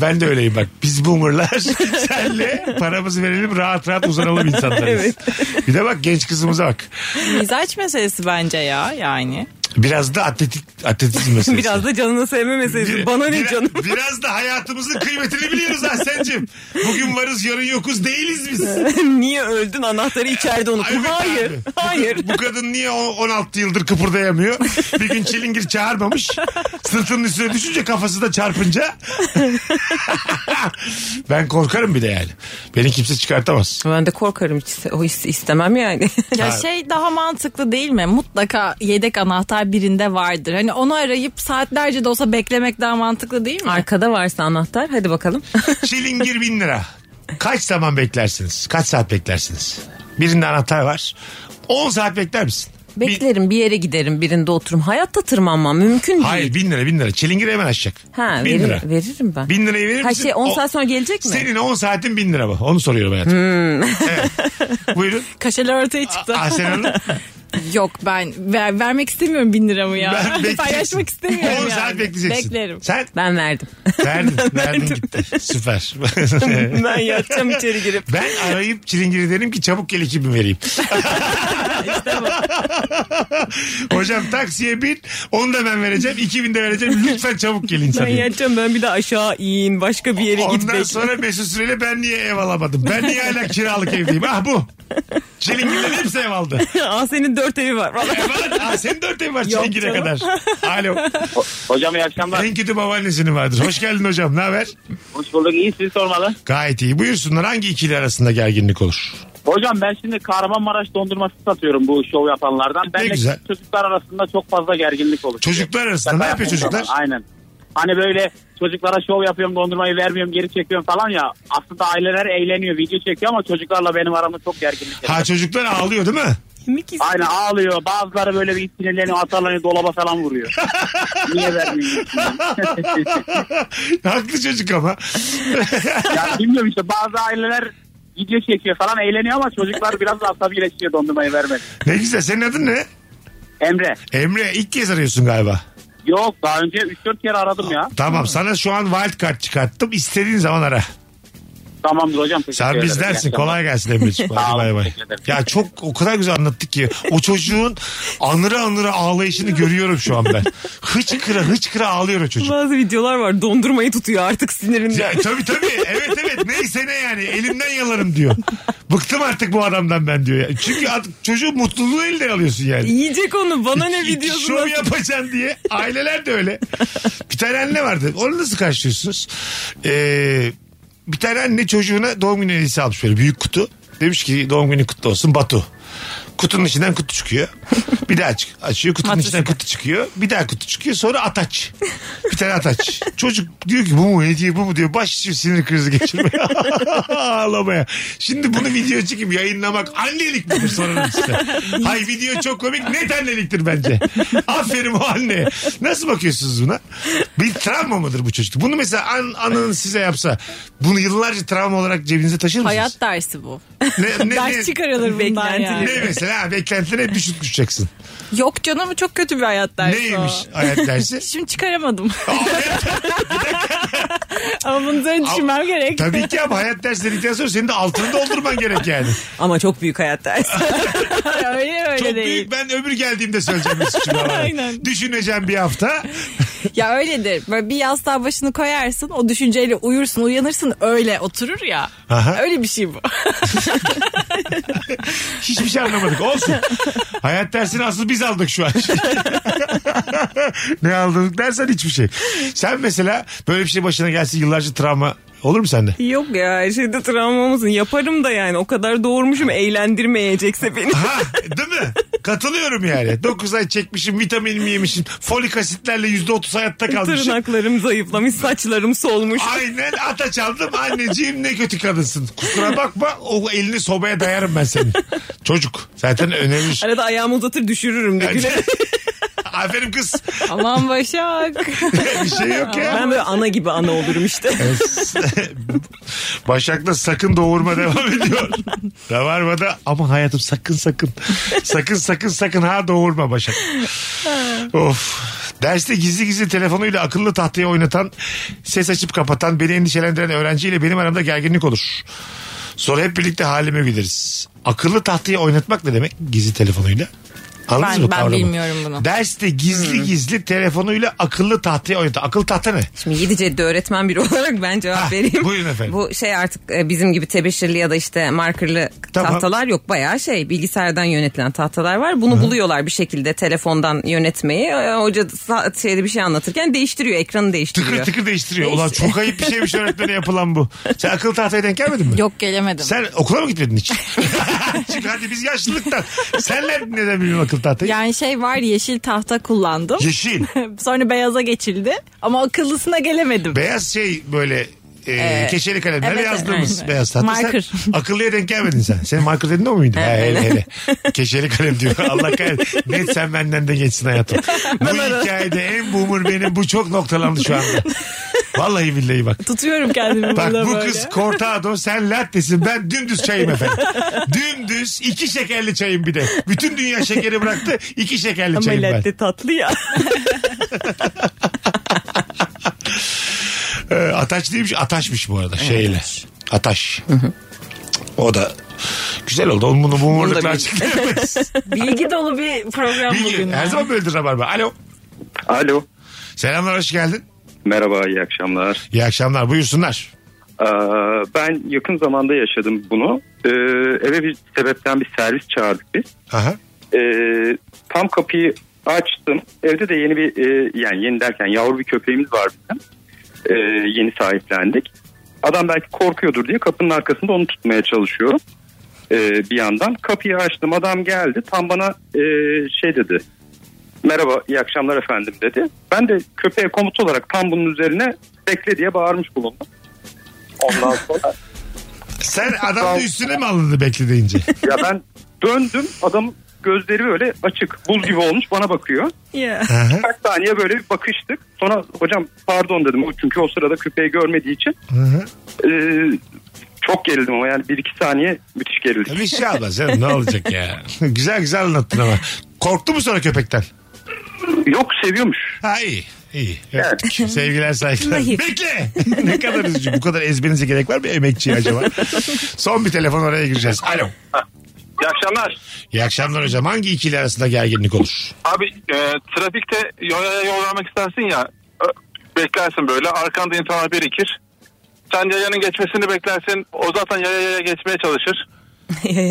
Speaker 2: Ben de öyleyim bak. Biz boomerlar senle paramızı verelim rahat rahat uzanalım insanlarız. Bir de bak genç kızımıza bak.
Speaker 4: Mizaç meselesi bence ya yani.
Speaker 2: Biraz da atletik, atletizm meselesi.
Speaker 7: Biraz da canını sevme meselesi.
Speaker 2: Bir-
Speaker 7: Bana ne
Speaker 2: bira-
Speaker 7: canım?
Speaker 2: Biraz da hayatımızın kıymetini biliyoruz Ahsen'cim. Bugün varız yarın yokuz değiliz biz.
Speaker 7: Niye öldün anahtarı içeride
Speaker 2: Ay
Speaker 7: unuttun?
Speaker 2: be
Speaker 7: Hayır.
Speaker 2: abi.
Speaker 7: Hayır.
Speaker 2: Bu kadın niye o- 16 yıldır kıpırdayamıyor? Bir gün çilingir çağırmamış. Sırtının üstüne düşünce kafası da çarpınca. ben korkarım bir de yani. Beni kimse çıkartamaz.
Speaker 7: Ben de korkarım. Hiç iste- O is- istemem yani.
Speaker 4: Ya şey daha mantıklı değil mi? Mutlaka yedek anahtar birinde vardır. Hani onu arayıp saatlerce de olsa beklemek daha mantıklı değil mi?
Speaker 7: Arkada varsa anahtar hadi bakalım.
Speaker 2: Çilingir bin lira. Kaç zaman beklersiniz? Kaç saat beklersiniz? Birinde anahtar var. 10 saat bekler misin? Bin-
Speaker 7: Beklerim bir yere giderim birinde oturum. Hayatta tırmanmam mümkün değil.
Speaker 2: Hayır bin lira bin lira. Çilingir hemen açacak.
Speaker 7: Ha,
Speaker 2: bin
Speaker 7: verir-
Speaker 2: lira.
Speaker 7: veririm ben.
Speaker 2: Bin lirayı verir
Speaker 7: Her
Speaker 2: misin?
Speaker 7: şey 10
Speaker 2: O-
Speaker 7: saat sonra Hmm. gelecek mi?
Speaker 2: Senin 10 saatin bin lira bu. Onu soruyorum hayatım. Evet. Buyurun.
Speaker 4: Kaşeler ortaya çıktı.
Speaker 2: Ahsen Hanım.
Speaker 4: Yok ben ver- vermek istemiyorum bin liramı ya.
Speaker 2: bekleyeceksin.
Speaker 4: Paylaşmak istemiyorum
Speaker 2: 10
Speaker 4: yani.
Speaker 2: saat bekleyeceksin.
Speaker 4: Beklerim.
Speaker 2: Sen
Speaker 7: Ben verdim.
Speaker 2: verdin. verdin gitti. Süper.
Speaker 7: ben yatacağım içeri girip.
Speaker 2: ben arayıp çilingiri derim ki çabuk gel ekibimi vereyim. Hocam taksiye bin. Onu da ben vereceğim. 2000 de vereceğim. Lütfen çabuk gelin
Speaker 7: Ben
Speaker 2: tabii.
Speaker 7: yatacağım ben bir de aşağı in başka bir yere git
Speaker 2: Ondan
Speaker 7: bekle.
Speaker 2: sonra Mesut Süreyle ben niye ev alamadım? Ben niye hala kiralık evdeyim? Ah bu. Çilingirden hepsi ev aldı.
Speaker 7: Aa, senin dört evi var. Vallahi.
Speaker 2: E var. Aa, senin dört ev var çilingire kadar. Alo.
Speaker 8: Hocam iyi akşamlar.
Speaker 2: En kötü babaannesinin vardır. Hoş geldin hocam. Ne haber?
Speaker 8: Hoş bulduk. İyi sizi sormalı.
Speaker 2: Gayet iyi. Buyursunlar hangi ikili arasında gerginlik olur?
Speaker 8: Hocam ben şimdi Kahramanmaraş dondurması satıyorum bu şov yapanlardan. Benle
Speaker 2: güzel.
Speaker 8: çocuklar arasında çok fazla gerginlik oluşuyor.
Speaker 2: Çocuklar arasında
Speaker 8: Şaka
Speaker 2: ne yapıyor
Speaker 8: yaptığım
Speaker 2: çocuklar?
Speaker 8: zaman, Aynen. Hani böyle çocuklara şov yapıyorum dondurmayı vermiyorum geri çekiyorum falan ya. Aslında aileler eğleniyor video çekiyor ama çocuklarla benim aramda çok gerginlik.
Speaker 2: Ha çocuklar ağlıyor değil mi?
Speaker 8: Aynen ağlıyor. Bazıları böyle bir sinirleniyor atarlarını dolaba falan vuruyor. Niye vermiyorsun?
Speaker 2: Haklı çocuk ama.
Speaker 8: ya bilmiyorum işte bazı aileler video çekiyor falan eğleniyor ama çocuklar biraz da asabileşiyor dondurmayı vermedi.
Speaker 2: ne güzel. Senin adın ne?
Speaker 8: Emre.
Speaker 2: Emre ilk kez arıyorsun galiba.
Speaker 8: Yok daha önce 3-4 kere aradım ya.
Speaker 2: Tamam sana şu an wild card çıkarttım. İstediğin zaman ara.
Speaker 8: Tamamdır hocam. teşekkür
Speaker 2: Sen
Speaker 8: ederim.
Speaker 2: bizdensin.
Speaker 8: İyi
Speaker 2: Kolay gelsin Emre'ciğim.
Speaker 8: Sağ
Speaker 2: Hadi
Speaker 8: olun,
Speaker 2: bay bay.
Speaker 8: teşekkür ederim.
Speaker 2: Ya çok o kadar güzel anlattık ki. O çocuğun anıra anıra ağlayışını görüyorum şu an ben. Hıçkıra hıçkıra ağlıyor o çocuk.
Speaker 7: Bazı videolar var dondurmayı tutuyor artık sinirinden.
Speaker 2: Ya, tabii tabii. Evet evet. Neyse ne yani. Elimden yalarım diyor. Bıktım artık bu adamdan ben diyor. ya. Çünkü artık çocuğun mutluluğunu elden alıyorsun yani.
Speaker 7: Yiyecek onu bana ne
Speaker 2: İki
Speaker 7: videosu
Speaker 2: şov
Speaker 7: var?
Speaker 2: yapacaksın diye. Aileler de öyle. Bir tane anne vardı. Onu nasıl karşılıyorsunuz? Ee, bir tane anne çocuğuna doğum günü hediyesi almış böyle büyük kutu. Demiş ki doğum günü kutlu olsun Batu. Kutunun içinden kutu çıkıyor. Bir daha aç, açıyor kutunun içinden kutu çıkıyor. Bir daha kutu çıkıyor sonra ataç. Bir tane ataç. Çocuk diyor ki bu mu hediye bu mu diyor. Başlıyor sinir krizi geçirmeye. Ağlamaya. Şimdi bunu video çekip yayınlamak annelik midir sorarım size. Hay video çok komik net anneliktir bence. Aferin o anne. Nasıl bakıyorsunuz buna? Bir travma mıdır bu çocuk? Bunu mesela an, ananın size yapsa bunu yıllarca travma olarak cebinize taşır mısınız?
Speaker 4: Hayat dersi bu.
Speaker 2: ne, ne, ne,
Speaker 4: Ders çıkarılır bundan yani.
Speaker 2: ne mesela beklentine hep düşük düşeceksin.
Speaker 4: Yok canım çok kötü bir hayat dersi
Speaker 2: Neymiş
Speaker 4: o.
Speaker 2: hayat dersi?
Speaker 4: Şimdi çıkaramadım. Ama bunu üzerine düşünmem gerek.
Speaker 2: Tabii ki ama hayat dersi dedikten sonra senin de altını doldurman gerek yani.
Speaker 7: Ama çok büyük hayat dersi.
Speaker 4: öyle öyle
Speaker 2: Çok
Speaker 4: değil.
Speaker 2: büyük ben öbür geldiğimde söyleyeceğim Mesut'cum.
Speaker 4: Aynen.
Speaker 2: Düşüneceğim bir hafta.
Speaker 4: Ya öyledir. Böyle bir yastığa başını koyarsın o düşünceyle uyursun uyanırsın öyle oturur ya.
Speaker 2: Aha.
Speaker 4: Öyle bir şey bu.
Speaker 2: Hiçbir şey anlamadık. Olsun. Hayat dersini asıl biz aldık şu an. ne aldık dersen hiçbir şey. Sen mesela böyle bir şey başına gelse yıllarca travma olur mu sende?
Speaker 7: Yok ya her şeyde travma olmasın. Yaparım da yani o kadar doğurmuşum eğlendirmeyecekse beni.
Speaker 2: Ha değil mi? Katılıyorum yani. 9 ay çekmişim, vitaminimi yemişim, folik asitlerle %30 hayatta kalmışım.
Speaker 7: Tırnaklarım zayıflamış, saçlarım solmuş.
Speaker 2: Aynen ata çaldım anneciğim ne kötü kadınsın. Kusura bakma o elini sobaya dayarım ben senin. Çocuk zaten önerir.
Speaker 7: Arada ayağımı uzatır düşürürüm de gülerim.
Speaker 2: Aferin kız.
Speaker 4: Aman Başak.
Speaker 2: Bir şey yok ya.
Speaker 7: Ben böyle ana gibi ana olurum işte.
Speaker 2: Başak'la sakın doğurma devam ediyor. Rabarba'da ama hayatım sakın sakın. Sakın sakın sakın ha doğurma Başak. of. Derste gizli gizli telefonuyla akıllı tahtaya oynatan, ses açıp kapatan, beni endişelendiren öğrenciyle benim aramda gerginlik olur. Sonra hep birlikte halime güleriz. Akıllı tahtaya oynatmak ne demek gizli telefonuyla? Anladınız
Speaker 4: Ben-
Speaker 2: mı
Speaker 4: ben
Speaker 2: kavramı?
Speaker 4: bilmiyorum bunu. Hmm.
Speaker 2: Derste gizli gizli telefonuyla akıllı tahtaya oynatan. Akıllı tahta ne?
Speaker 7: Şimdi 7 C'de öğretmen biri olarak ben cevap
Speaker 2: Ha,
Speaker 7: vereyim.
Speaker 2: buyurun efendim.
Speaker 7: Bu şey artık e, bizim gibi tebeşirli ya da işte markerlı
Speaker 2: Tamam.
Speaker 7: tahtalar yok. Bayağı şey bilgisayardan yönetilen tahtalar var. Bunu buluyorlar bir şekilde telefondan yönetmeyi. E, Hoca sa- şeyde bir şey anlatırken değiştiriyor ekranı değiştiriyor.
Speaker 2: Tıkır tıkır değiştiriyor. Ulan çok ayıp bir şeymiş öğretmene yapılan bu. Sen akıl tahtaya denk gelmedin mi?
Speaker 4: Yok gelemedim.
Speaker 2: Sen okula mı gitmedin hiç? Çünkü hadi biz yaşlılıktan. Senler neden biliyorsun akıl tahtayı?
Speaker 4: Yani şey var yeşil tahta kullandım.
Speaker 2: Yeşil.
Speaker 4: Sonra beyaza geçildi. Ama akıllısına gelemedim.
Speaker 2: Beyaz şey böyle e, keçeli kalemlerle
Speaker 4: evet,
Speaker 2: yazdığımız
Speaker 4: evet.
Speaker 2: beyaz tahta.
Speaker 4: Marker.
Speaker 2: Sen akıllıya denk gelmedin sen. Senin marker dedin o muydu? Ha, hele hele. Keçeli kalem diyor. Allah kahretsin. Net sen benden de geçsin hayatım. Bu hikayede en boomer benim. Bu çok noktalandı şu anda. Vallahi billahi bak.
Speaker 4: Tutuyorum kendimi
Speaker 2: Bak
Speaker 4: burada
Speaker 2: bu
Speaker 4: böyle.
Speaker 2: kız cortado sen lattesin ben dümdüz çayım efendim. dümdüz iki şekerli çayım bir de. Bütün dünya şekeri bıraktı iki şekerli
Speaker 7: Ama
Speaker 2: çayım ben.
Speaker 7: latte tatlı ya.
Speaker 2: Ee, ataç değilmiş ataşmış bu arada şeyle. Ataş. o da güzel oldu. Onun bunu bu umurlukla açıklayamayız.
Speaker 4: Bilgi dolu bir program
Speaker 2: Bilgi,
Speaker 4: bugün.
Speaker 2: her zaman böyledir Rabarba. Alo.
Speaker 1: Alo.
Speaker 2: Selamlar hoş geldin.
Speaker 1: Merhaba iyi akşamlar.
Speaker 2: İyi akşamlar buyursunlar.
Speaker 1: Ee, ben yakın zamanda yaşadım bunu. Ee, eve bir sebepten bir servis çağırdık biz.
Speaker 2: Aha.
Speaker 1: Ee, tam kapıyı açtım. Evde de yeni bir e, yani yeni derken yavru bir köpeğimiz var bizim. Ee, yeni sahiplendik. Adam belki korkuyordur diye kapının arkasında onu tutmaya çalışıyorum. Ee, bir yandan kapıyı açtım. Adam geldi. Tam bana e, şey dedi. Merhaba, iyi akşamlar efendim dedi. Ben de köpeğe komut olarak tam bunun üzerine bekle diye bağırmış bulundum. Ondan sonra
Speaker 2: Sen adamın üstüne mi alındı bekle deyince?
Speaker 1: ya ben döndüm adamın gözleri böyle açık buz gibi olmuş bana bakıyor.
Speaker 2: Aha.
Speaker 1: Kaç saniye böyle bir bakıştık. Sonra hocam pardon dedim O çünkü o sırada köpeği görmediği için.
Speaker 2: Aha.
Speaker 1: Ee, çok gerildim ama yani bir iki saniye müthiş gerildim.
Speaker 2: Bir şey almaz canım ne olacak ya. güzel güzel anlattın ama. Korktu mu sonra köpekten?
Speaker 1: Yok seviyormuş.
Speaker 2: Ha iyi. iyi. Öptük. Sevgiler saygılar.
Speaker 7: Naif.
Speaker 2: Bekle. ne kadar üzücü. Bu kadar ezberinize gerek var mı emekçiye acaba? Son bir telefon oraya gireceğiz. Alo.
Speaker 10: İyi akşamlar.
Speaker 2: İyi akşamlar hocam. Hangi ikili arasında gerginlik olur?
Speaker 10: Abi e, trafikte yol, yol vermek istersin ya. ö- Beklersin böyle. Arkanda insanlar birikir. Sen yayanın geçmesini beklersin. O zaten yaya yaya geçmeye çalışır.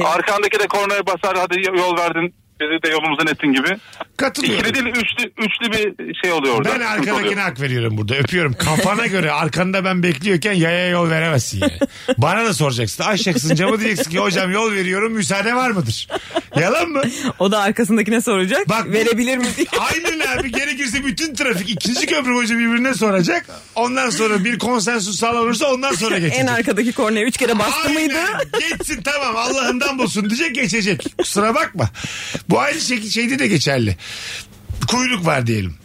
Speaker 10: Arkandaki de kornaya basar. Hadi yol verdin. Bizi de yolumuzdan ettin gibi. İkili
Speaker 2: Katılıyorum.
Speaker 10: değil üçlü, üçlü bir şey oluyor orada.
Speaker 2: Ben
Speaker 10: Sıkıntı
Speaker 2: arkadakine
Speaker 10: oluyor.
Speaker 2: hak veriyorum burada. Öpüyorum. Kafana göre arkanda ben bekliyorken yaya yol veremezsin yani. Bana da soracaksın. Aşacaksın camı diyeceksin ki hocam yol veriyorum müsaade var mıdır? Yalan mı?
Speaker 7: O da arkasındakine soracak.
Speaker 2: Bak-
Speaker 7: verebilir mi diye.
Speaker 2: Aynen abi gerekirse bütün trafik ikinci köprü boyunca birbirine soracak. Ondan sonra bir konsensus sağlanırsa ondan sonra geçecek.
Speaker 7: en arkadaki kornaya 3 kere bastı
Speaker 2: Aynen.
Speaker 7: mıydı?
Speaker 2: Geçsin tamam Allah'ından bulsun diyecek geçecek. Kusura bakma. Bu aynı şekilde şeyde de geçerli. Kuyruk var diyelim.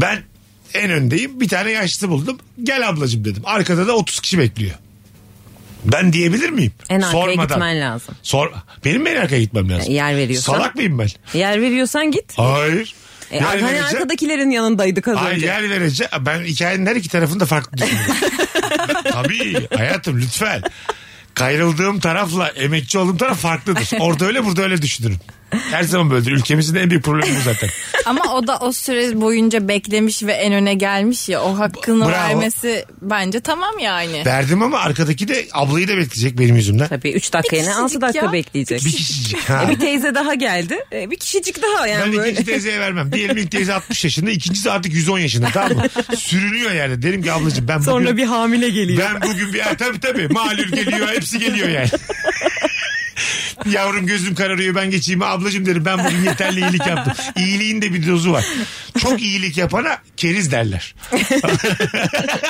Speaker 2: ben en öndeyim bir tane yaşlı buldum. Gel ablacım dedim. Arkada da 30 kişi bekliyor. Ben diyebilir miyim?
Speaker 7: En arkaya gitmen lazım.
Speaker 2: Sor, benim mi en arkaya gitmem lazım?
Speaker 7: Yer veriyorsan.
Speaker 2: Salak mıyım ben?
Speaker 7: Yer veriyorsan git.
Speaker 2: Hayır.
Speaker 7: E,
Speaker 2: Yer
Speaker 7: hani
Speaker 2: vereceğim.
Speaker 7: arkadakilerin yanındaydık az
Speaker 2: Ay
Speaker 7: önce.
Speaker 2: yer vereceğim. Ben hikayenin her iki tarafını da farklı düşünüyorum. Tabii hayatım lütfen. Kayrıldığım tarafla emekçi olduğum taraf farklıdır. Orada öyle burada öyle düşünürüm. Her zaman böyledir. Ülkemizin en büyük problemi bu zaten.
Speaker 4: Ama o da o süre boyunca beklemiş ve en öne gelmiş ya o hakkını
Speaker 2: Bravo.
Speaker 4: vermesi bence tamam yani.
Speaker 2: Verdim ama arkadaki de ablayı da bekleyecek benim yüzümden.
Speaker 7: Tabii 3 dakika
Speaker 4: Bir
Speaker 7: yine 6
Speaker 4: kişicik
Speaker 7: dakika
Speaker 4: ya.
Speaker 7: bekleyecek.
Speaker 2: Bir kişicik. Ha.
Speaker 7: E, bir teyze daha geldi. E, bir kişicik daha yani
Speaker 2: Ben
Speaker 7: böyle.
Speaker 2: ikinci teyzeye vermem. Diyelim ilk teyze 60 yaşında, ikincisi artık 110 yaşında tamam mı? Sürünüyor yerde. Derim ki ablacığım ben bugün...
Speaker 7: Sonra bir hamile geliyor.
Speaker 2: Ben bugün bir... Ha, tabii tabii. Malür geliyor. Hepsi geliyor yani. Yavrum gözüm kararıyor ben geçeyim. Ablacığım derim ben bugün yeterli iyilik yaptım. İyiliğin de bir dozu var. Çok iyilik yapana keriz derler.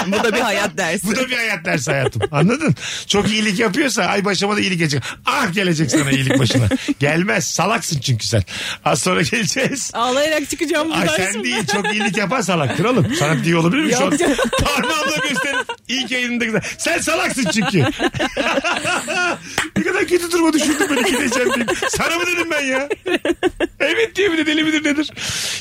Speaker 3: Bu da bir hayat dersi.
Speaker 2: Bu da bir hayat dersi hayatım. Anladın? Çok iyilik yapıyorsa ay başıma da iyilik gelecek. Ah gelecek sana iyilik başına. Gelmez. Salaksın çünkü sen. Az sonra geleceğiz.
Speaker 4: Ağlayarak çıkacağım bu
Speaker 2: Ay sen
Speaker 4: dersimden.
Speaker 2: değil çok iyilik yapan salaktır oğlum. Sana diye olabilir mi şu an?
Speaker 4: Yok canım.
Speaker 2: Parmağımla gösterip ilk yayınında güzel. Sen salaksın çünkü. ne kadar kötü duruma düşürdün beni gideceğim diye. Sana mı dedim ben ya? Evet diye bir de deli midir nedir?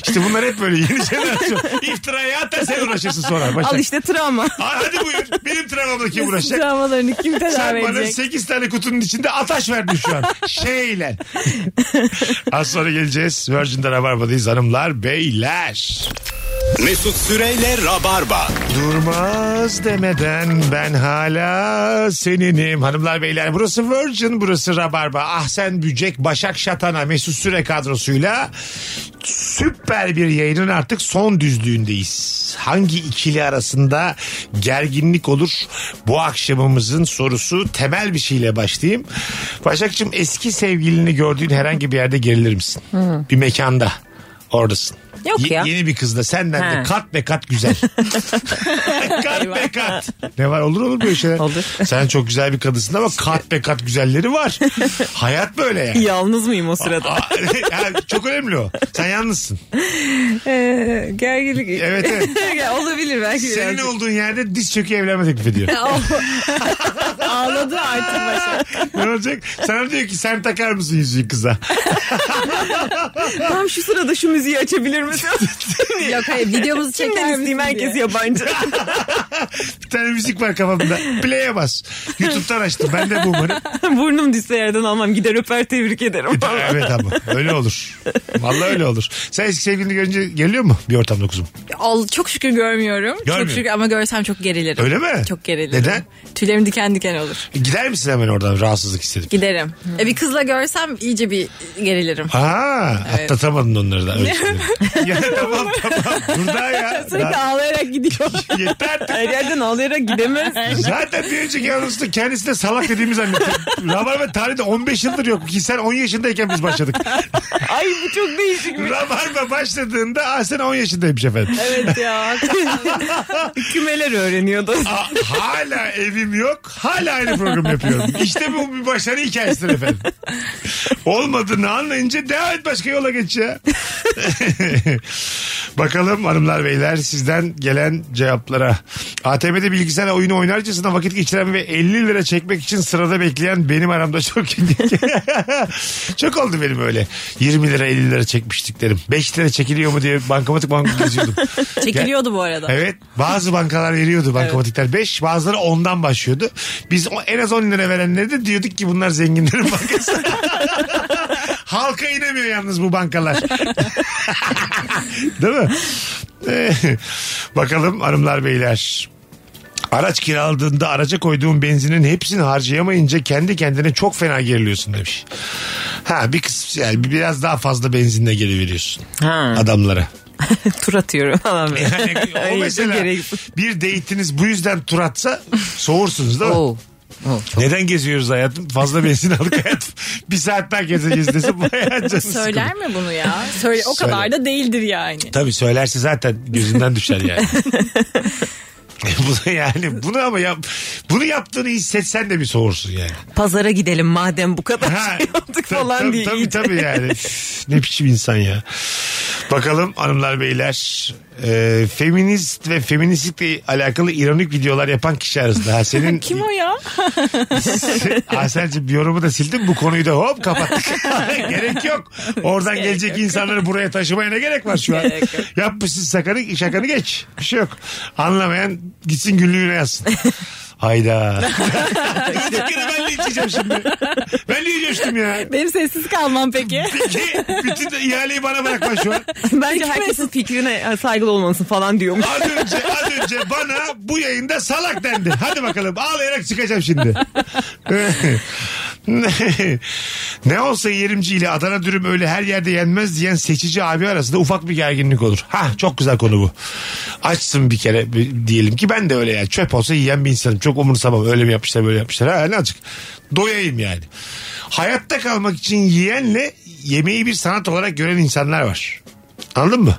Speaker 2: İşte bunlar hep böyle yeni jenerasyon. İftiraya atar sen uğraşırsın sonra. Başak.
Speaker 3: Al işte travma.
Speaker 2: Aa, hadi buyur. Benim travmamla kim uğraşacak?
Speaker 4: Travmalarını
Speaker 2: Sen
Speaker 4: kim tedavi
Speaker 2: bana
Speaker 4: edecek?
Speaker 2: 8 tane kutunun içinde ataş verdin şu an. Şeyle. Az sonra geleceğiz. Virgin'de Rabarba'dayız hanımlar beyler.
Speaker 1: Mesut Süreyle Rabarba.
Speaker 2: Durmaz demeden ben hala seninim. Hanımlar beyler burası Virgin burası Rabarba. Ahsen Bücek, Başak Şatana, Mesut Süre kadrosuyla süper bir yayının artık son düzlüğündeyiz. Hangi ikili arasında gerginlik olur? Bu akşamımızın sorusu temel bir şeyle başlayayım. Başakçım eski sevgilini gördüğün herhangi bir yerde gerilir misin? Bir mekanda oradasın.
Speaker 3: Yok
Speaker 2: Ye-
Speaker 3: ya.
Speaker 2: Yeni bir kızla senden de
Speaker 3: Ha.
Speaker 2: kat be kat güzel. kat be kat. Ne var olur olur böyle şeyler.
Speaker 3: Olur.
Speaker 2: Sen çok güzel bir kadınsın ama kat be kat güzelleri var. Hayat böyle yani.
Speaker 3: Yalnız mıyım o sırada?
Speaker 2: Aa, yani çok önemli o. Sen yalnızsın.
Speaker 3: Ee, gerginlik.
Speaker 2: Evet, evet.
Speaker 3: Ya, Olabilir belki
Speaker 2: Senin
Speaker 3: birazcık.
Speaker 2: olduğun yerde diz çökü evlenme teklif ediyor.
Speaker 4: Ağladı artık başa.
Speaker 2: ne olacak? Sana diyor ki sen takar mısın yüzüğü kıza?
Speaker 3: Tam şu sırada şu müziği açabilir misin?
Speaker 2: şey-
Speaker 4: Yok hayır videomuzu
Speaker 3: Kimden
Speaker 4: çeker misin
Speaker 3: isteyeyim
Speaker 4: diye.
Speaker 3: herkes yabancı.
Speaker 2: Bir tane müzik var kafamda. Play'e bas. YouTube'dan açtım. Ben de bu umarım.
Speaker 3: Burnum düşse yerden almam. Gider öper tebrik ederim.
Speaker 2: evet ama öyle olur. Vallahi öyle olur. Sen eski sevgilini görünce geliyor mu bir ortamda kuzum?
Speaker 4: Al, çok şükür görmüyorum.
Speaker 2: Görmüyor.
Speaker 4: Çok şükür ama görsem çok gerilirim.
Speaker 2: Öyle mi?
Speaker 4: Çok gerilirim.
Speaker 2: Neden?
Speaker 4: Tüylerim diken diken olur.
Speaker 2: Gider misin hemen oradan rahatsızlık hissedip?
Speaker 4: Giderim.
Speaker 7: Hmm.
Speaker 4: E, bir kızla görsem iyice bir gerilirim.
Speaker 2: Ha, atlatamadın onları da. Öyle söyleyeyim. ya tamam tamam. Burada ya.
Speaker 4: Sürekli
Speaker 2: Daha-
Speaker 4: ağlayarak gidiyor.
Speaker 2: Yeter artık.
Speaker 3: Her yerden ağlayarak gidemez.
Speaker 2: Zaten bir önceki yalnızlık kendisi de salak dediğimi zannetti. Rabarba tarihte 15 yıldır yok ki sen 10 yaşındayken biz başladık.
Speaker 3: Ay bu çok değişik bir
Speaker 2: Rabarba başladığında ah sen 10 yaşındaymış efendim.
Speaker 3: Evet ya. Kümeler öğreniyordu.
Speaker 2: Aa, hala evim yok. Hala aynı programı yapıyorum. İşte bu bir başarı hikayesidir efendim. Olmadığını anlayınca devam et başka yola geç ya. Bakalım hanımlar beyler sizden gelen cevaplara. ATM'de bilgisayar oyunu oynarcasına vakit geçiren ve 50 lira çekmek için sırada bekleyen benim aramda çok ilginç. çok oldu benim öyle. 20 lira 50 lira çekmiştiklerim. 5 lira çekiliyor mu diye bankamatik banka geziyordum.
Speaker 4: Çekiliyordu bu arada.
Speaker 2: Evet. Bazı bankalar veriyordu bankamatikler 5, bazıları 10'dan başlıyordu. Biz o- en az 10 lira verenlere de diyorduk ki bunlar zenginlerin bankası. Halka inemiyor yalnız bu bankalar. Değil mi? Ee, Bakalım hanımlar beyler. Araç kiraladığında araca koyduğun benzinin hepsini harcayamayınca kendi kendine çok fena geriliyorsun demiş. Ha bir kısmı yani biraz daha fazla benzinle geri veriyorsun
Speaker 3: Ha.
Speaker 2: adamlara.
Speaker 3: Tur atıyorum falan böyle.
Speaker 2: Yani o
Speaker 3: Ay,
Speaker 2: mesela
Speaker 3: çok gereksiz.
Speaker 2: bir date'iniz bu yüzden tur atsa soğursunuz değil mi?
Speaker 3: Oo.
Speaker 2: Neden geziyoruz hayatım? Fazla bensin aldık hayatım. bir saat daha gezeceğiz desin. Bayağı canı
Speaker 4: Söyler
Speaker 2: sıkılır.
Speaker 4: mi bunu ya? Söyle, o
Speaker 2: Söyle.
Speaker 4: kadar da değildir yani.
Speaker 2: Tabii söylerse zaten gözünden düşer yani. bunu yani bunu ama yap, bunu yaptığını hissetsen de bir soğursun yani.
Speaker 3: Pazara gidelim madem bu kadar
Speaker 2: Ha,
Speaker 3: şey yaptık
Speaker 2: tab-
Speaker 3: falan
Speaker 2: tab-
Speaker 3: diye.
Speaker 2: Tabii
Speaker 3: iyice.
Speaker 2: tabii yani. Üf, ne biçim insan ya. Bakalım hanımlar beyler. Ee, feminist ve feministlikle alakalı ironik videolar yapan kişi arasında. Ha, senin,
Speaker 4: Kim o ya?
Speaker 2: Aselciğim Şey, bir yorumu da sildim. Bu konuyu da hop kapattık. gerek yok. Oradan gelecek insanları buraya taşımaya ne gerek var şu an? Yapmışsın sakanı, şakanı geç. Bir şey yok. Anlamayan gitsin günlüğüne yazsın. Hayda. Sıkırı ben de içeceğim şimdi. Ben de yiyeceğim ya.
Speaker 4: Benim sessiz kalmam peki.
Speaker 2: Peki bütün de ihaleyi bana bırakma şu an.
Speaker 3: Bence herkesin fikrine saygılı olmalısın falan diyormuş.
Speaker 2: Az önce, az önce bana bu yayında salak dendi. Hadi bakalım ağlayarak çıkacağım şimdi. ne olsa yerimci ile Adana dürüm öyle her yerde yenmez diyen seçici abi arasında ufak bir gerginlik olur. Ha çok güzel konu bu. Açsın bir kere bir- diyelim ki ben de öyle yani çöp olsa yiyen bir insanım. Çok umursamam öyle mi yapmışlar böyle yapmışlar. Ha ne azıcık doyayım yani. hayatta kalmak için yiyenle yemeği bir sanat olarak gören insanlar var. Anladın mı?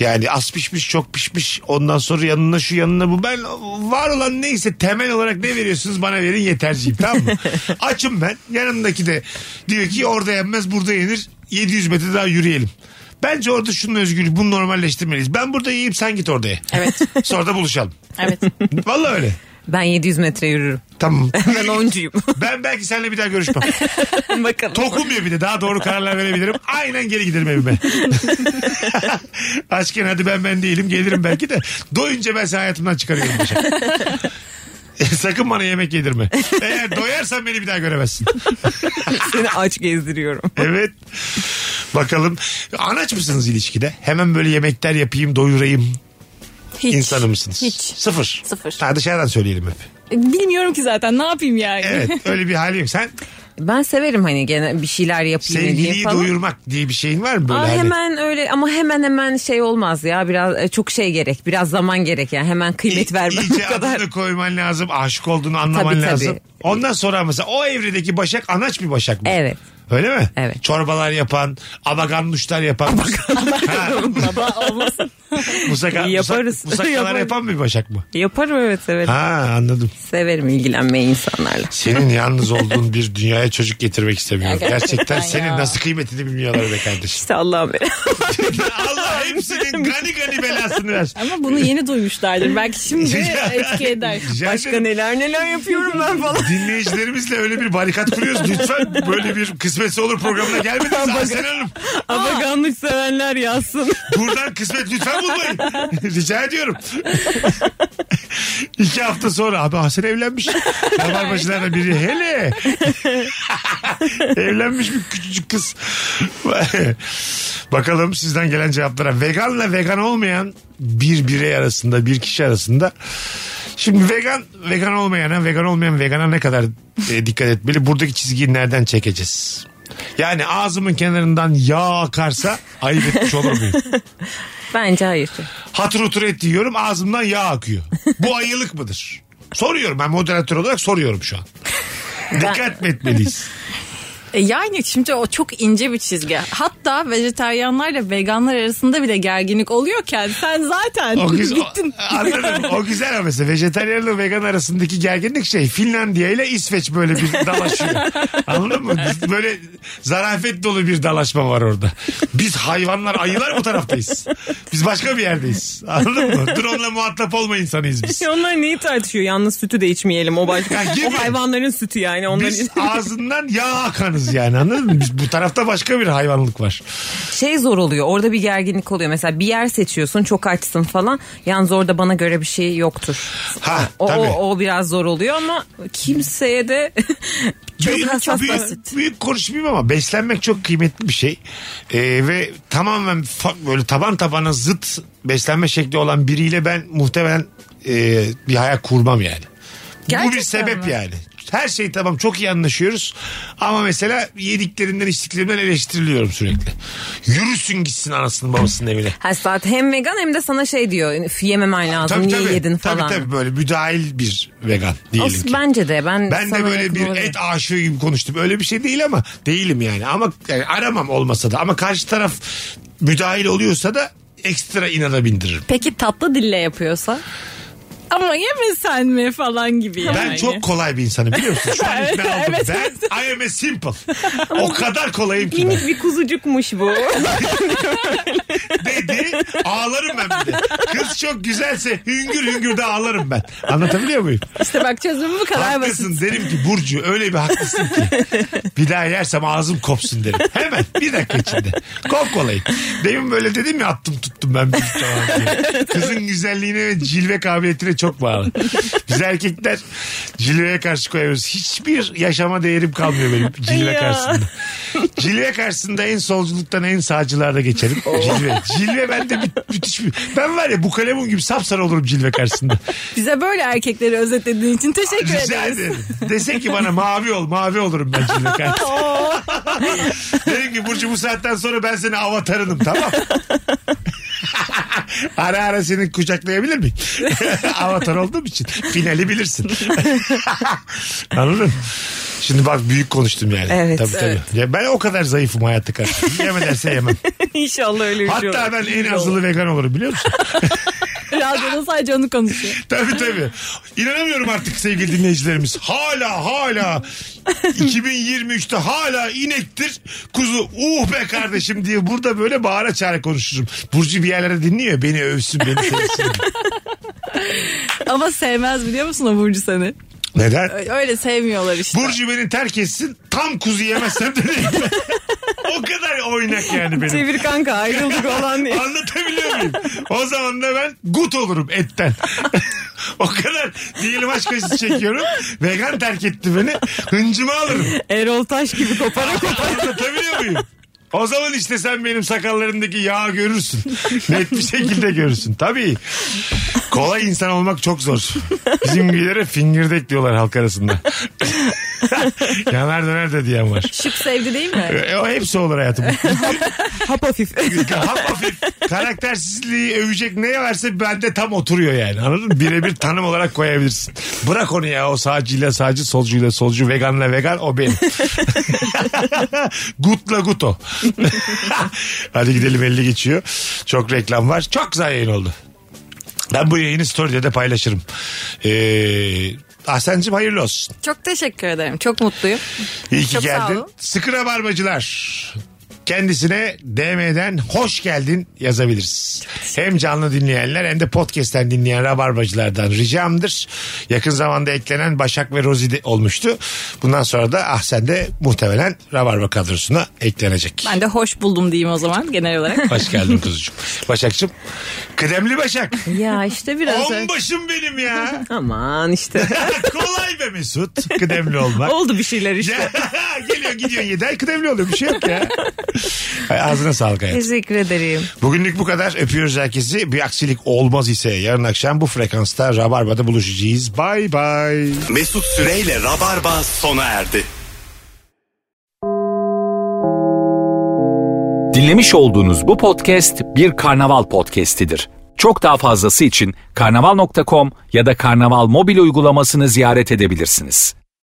Speaker 2: Yani az pişmiş çok pişmiş ondan sonra yanına şu yanına bu ben var olan neyse temel olarak ne veriyorsunuz bana verin yeterciyim tamam mı? Açım ben yanımdaki de diyor ki orada yenmez burada yenir 700 metre daha yürüyelim. Bence orada şunun özgürlüğü bunu normalleştirmeliyiz. Ben burada yiyeyim sen git orada ye.
Speaker 4: Evet.
Speaker 2: Sonra da buluşalım.
Speaker 4: Evet.
Speaker 2: Vallahi öyle.
Speaker 7: Ben 700 metre yürürüm.
Speaker 2: Tamam.
Speaker 7: Ben oncuyum.
Speaker 2: Ben belki seninle bir daha görüşmem.
Speaker 7: Bakalım.
Speaker 2: Tokum ya bir de daha doğru kararlar verebilirim. Aynen geri giderim evime. Aşkın hadi ben ben değilim gelirim belki de. Doyunca ben seni hayatımdan çıkarıyorum. diyeceğim. E, Sakın bana yemek yedirme. Eğer doyarsan beni bir daha göremezsin.
Speaker 7: Seni aç gezdiriyorum.
Speaker 2: Evet. Bakalım. Anaç mısınız ilişkide? Hemen böyle yemekler yapayım doyurayım.
Speaker 4: Hiç.
Speaker 2: insanı mısınız?
Speaker 4: Hiç.
Speaker 2: Sıfır.
Speaker 4: Sıfır.
Speaker 2: Ha, dışarıdan söyleyelim hep.
Speaker 4: Bilmiyorum ki zaten ne yapayım yani.
Speaker 2: Evet öyle bir hali yok. Sen
Speaker 7: Ben severim hani gene bir şeyler yapayım diye
Speaker 2: sevgiliyi
Speaker 7: falan.
Speaker 2: doyurmak diye bir şeyin var mı böyle?
Speaker 7: Aa,
Speaker 2: hani?
Speaker 7: hemen öyle ama hemen hemen şey olmaz ya biraz e, çok şey gerek biraz zaman gerek yani hemen kıymet vermem
Speaker 2: İyice
Speaker 7: bu kadar.
Speaker 2: adını koyman lazım. Aşık olduğunu anlaman
Speaker 7: Tabii, tabii.
Speaker 2: lazım. Ondan sonra mesela o evredeki Başak anaç bir Başak mı?
Speaker 7: Evet.
Speaker 2: Öyle mi?
Speaker 7: Evet.
Speaker 2: Çorbalar yapan, abaganduşlar yapan. Ha,
Speaker 4: Baba olmasın.
Speaker 2: musaka,
Speaker 7: Yaparız.
Speaker 2: musak- musakkalar
Speaker 7: Yaparız.
Speaker 2: yapan bir Başak mı?
Speaker 7: Yaparım evet evet.
Speaker 2: Ha Şey- anladım.
Speaker 7: Severim ilgilenmeyi insanlarla.
Speaker 2: Senin yalnız olduğun bir dünyaya çocuk getirmek istemiyorum.
Speaker 4: Ya gerçekten
Speaker 2: Gerçekten
Speaker 4: ya.
Speaker 2: senin nasıl kıymetini bilmiyorlar be kardeşim.
Speaker 7: İşte Allah'ım beri.
Speaker 2: Allah hepsinin gani gani belasını versin.
Speaker 4: Ama bunu yeni duymuşlardır. Belki şimdi etki eder.
Speaker 2: Rica
Speaker 7: Başka
Speaker 2: ederim.
Speaker 7: neler neler yapıyorum ben falan.
Speaker 2: Dinleyicilerimizle öyle bir barikat kuruyoruz. Lütfen böyle bir kısmetse olur programına gelmediniz Ahsen Hanım.
Speaker 7: Abaganlık sevenler yazsın.
Speaker 2: Buradan kısmet lütfen bulmayın. Rica ediyorum. İki hafta sonra abi Hasan evlenmiş. Yabar başlarına biri hele. evlenmiş bir küçücük kız. Bakalım sizden gelen cevaplara. Veganla vegan olmayan bir birey arasında bir kişi arasında. Şimdi vegan vegan olmayana vegan olmayan vegana ne kadar e, dikkat etmeli? Buradaki çizgiyi nereden çekeceğiz? Yani ağzımın kenarından yağ akarsa ayıp etmiş olur muyum?
Speaker 7: Bence hayır.
Speaker 2: Hatır otur et yiyorum ağzımdan yağ akıyor. Bu ayılık mıdır? Soruyorum ben moderatör olarak soruyorum şu an. Dikkat mi etmeliyiz?
Speaker 4: E Yani şimdi o çok ince bir çizgi. Hatta vejetaryenlerle veganlar arasında bile gerginlik oluyorken sen zaten
Speaker 2: O, güz-
Speaker 4: bittin.
Speaker 2: o, anladım. O güzel ama mesela vejetaryenle vegan arasındaki gerginlik şey Finlandiya ile İsveç böyle bir dalaşıyor. Anladın mı? Biz Böyle zarafet dolu bir dalaşma var orada. Biz hayvanlar ayılar bu taraftayız. Biz başka bir yerdeyiz. Anladın mı? Drone'la muhatap olma insanıyız biz.
Speaker 7: Onlar neyi tartışıyor? Yalnız sütü de içmeyelim o başka.
Speaker 2: Ya gibi.
Speaker 7: o hayvanların sütü yani onların.
Speaker 2: Biz ağzından yağ akanız yani anladın mı? Biz, bu tarafta başka bir hayvanlık var.
Speaker 7: şey zor oluyor orada bir gerginlik oluyor mesela bir yer seçiyorsun çok açsın falan yalnız orada bana göre bir şey yoktur
Speaker 2: Ha
Speaker 7: o,
Speaker 2: tabii.
Speaker 7: o, o biraz zor oluyor ama kimseye de çok hassas
Speaker 2: büyük, büyük konuşmayayım ama beslenmek çok kıymetli bir şey. Ee, ve tamamen fa- böyle taban tabana zıt beslenme şekli olan biriyle ben muhtemelen e, bir hayal kurmam yani. Bu bir
Speaker 4: Gerçekten
Speaker 2: sebep
Speaker 4: mi?
Speaker 2: yani. Her şey tamam çok iyi anlaşıyoruz ama mesela yediklerimden içtiklerimden eleştiriliyorum sürekli. Yürüsün gitsin anasının babasının evine.
Speaker 7: Ha, saat hem vegan hem de sana şey diyor "Üf, yememen lazım niye yedin
Speaker 2: tabii,
Speaker 7: falan.
Speaker 2: Tabii böyle müdahil bir vegan diyelim
Speaker 7: As-
Speaker 2: ki.
Speaker 7: bence de ben,
Speaker 2: Ben de
Speaker 7: sana
Speaker 2: böyle
Speaker 7: yakın
Speaker 2: bir
Speaker 7: olabilirim.
Speaker 2: et aşığı gibi konuştum. Öyle bir şey değil ama değilim yani. Ama yani aramam olmasa da. Ama karşı taraf müdahil oluyorsa da ekstra inada bindiririm.
Speaker 4: Peki tatlı dille yapıyorsa? Ama yemesen mi falan gibi yani.
Speaker 2: Ben çok kolay bir insanım biliyor musun? Şu an ikna oldum.
Speaker 4: Evet,
Speaker 2: ben I am a simple. O kadar kolayım ki ben.
Speaker 7: Minik bir kuzucukmuş bu.
Speaker 2: Dedi ağlarım ben bir de. Kız çok güzelse hüngür hüngür de ağlarım ben. Anlatabiliyor muyum?
Speaker 4: İşte bak çözümü bu kadar basit.
Speaker 2: Haklısın derim ki Burcu öyle bir haklısın ki. bir daha yersem ağzım kopsun derim. Hemen bir dakika içinde. Kop olayım. Demin böyle dedim ya attım tuttum ben. bir tamam diye. Kızın güzelliğine ve cilve kabiliyetine çok bağlı. Biz erkekler cilveye karşı koyuyoruz. Hiçbir yaşama değerim kalmıyor benim cilve
Speaker 7: Ya.
Speaker 2: karşısında. Cilve karşısında en solculuktan en sağcılarda geçerim. Cilve. Cilve bende mü- müthiş bir... Ben var ya bu kalemun gibi sapsarı olurum cilve karşısında.
Speaker 4: Bize böyle erkekleri özetlediğin için teşekkür
Speaker 2: Rica
Speaker 4: ederiz.
Speaker 2: ederim. Dese ki bana mavi ol mavi olurum ben şimdi kardeşim. Dedim ki Burcu bu saatten sonra ben senin avatarınım tamam Ara ara seni kucaklayabilir miyim? Avatar olduğum için. Finali bilirsin. Anladın mı? Şimdi bak büyük konuştum yani.
Speaker 3: Evet,
Speaker 2: tabii, tabii. Ya ben o kadar zayıfım hayatta karşı. Yemederse yemem.
Speaker 3: İnşallah öyle bir şey olur.
Speaker 2: Hatta ben en azılı vegan olurum biliyor musun?
Speaker 4: Radyoda sadece onu konuşuyor.
Speaker 2: tabii tabii. İnanamıyorum artık sevgili dinleyicilerimiz. Hala hala 2023'te hala inektir kuzu. Uh be kardeşim diye burada böyle bağıra çağıra konuşurum. Burcu bir yerlere dinliyor beni övsün beni sevsin.
Speaker 4: Ama sevmez biliyor musun o Burcu seni?
Speaker 2: Neden?
Speaker 4: Ö- Öyle sevmiyorlar işte.
Speaker 2: Burcu beni terk etsin tam kuzu yemezsem de değil. o kadar oynak yani benim.
Speaker 3: Çevir kanka ayrıldık olan diye.
Speaker 2: Anlatabiliyor muyum? O zaman da ben gut olurum etten. o kadar diyelim aşk acısı çekiyorum. Vegan terk etti beni. Hıncımı alırım.
Speaker 3: Erol Taş gibi kopara kopara.
Speaker 2: Anlatabiliyor muyum? O zaman işte sen benim sakallarımdaki yağı görürsün. Net bir şekilde görürsün. Tabii. Kolay insan olmak çok zor. Bizim gibilere fingirdek diyorlar halk arasında. Yanar döner de diyen var.
Speaker 4: Şık sevdi değil mi?
Speaker 2: E, o hepsi olur hayatım.
Speaker 3: Hap hafif.
Speaker 2: Hap hafif karaktersizliği övecek ne varsa bende tam oturuyor yani. Anladın mı? Birebir tanım olarak koyabilirsin. Bırak onu ya o sağcıyla sağcı, solcuyla solcu, veganla vegan o benim. Gutla gut o. Hadi gidelim 50 geçiyor. Çok reklam var. Çok güzel yayın oldu. Ben bu yayını story'de de paylaşırım. Ee, Ahsen'cim hayırlı olsun.
Speaker 4: Çok teşekkür ederim. Çok mutluyum.
Speaker 2: İyi ki
Speaker 4: Çok sağ
Speaker 2: geldin.
Speaker 4: olun.
Speaker 2: Sıkı rabarbacılar. Kendisine DM'den hoş geldin yazabiliriz. Hem canlı dinleyenler hem de podcast'ten dinleyen rabarbacılardan ricamdır. Yakın zamanda eklenen Başak ve Rozi de olmuştu. Bundan sonra da Ahsen de muhtemelen rabarba kadrosuna eklenecek.
Speaker 4: Ben de hoş buldum diyeyim o zaman genel olarak.
Speaker 2: Hoş geldin kuzucuğum. Başak'cığım. Kıdemli Başak.
Speaker 3: ya işte biraz.
Speaker 2: On başım benim ya.
Speaker 3: Aman işte.
Speaker 2: Kolay be Mesut. Kıdemli olmak.
Speaker 3: Oldu bir şeyler işte.
Speaker 2: Ya, geliyor gidiyor 7 ay kıdemli oluyor bir şey yok ya. Ay, Ağzına sağlık hayatım.
Speaker 3: Teşekkür ederim.
Speaker 2: Bugünlük bu kadar. Öpüyoruz herkesi. Bir aksilik olmaz ise yarın akşam bu frekansta Rabarba'da buluşacağız. Bay bay.
Speaker 1: Mesut Süreyle Rabarba sona erdi.
Speaker 11: Dinlemiş olduğunuz bu podcast bir karnaval podcastidir. Çok daha fazlası için karnaval.com ya da karnaval mobil uygulamasını ziyaret edebilirsiniz.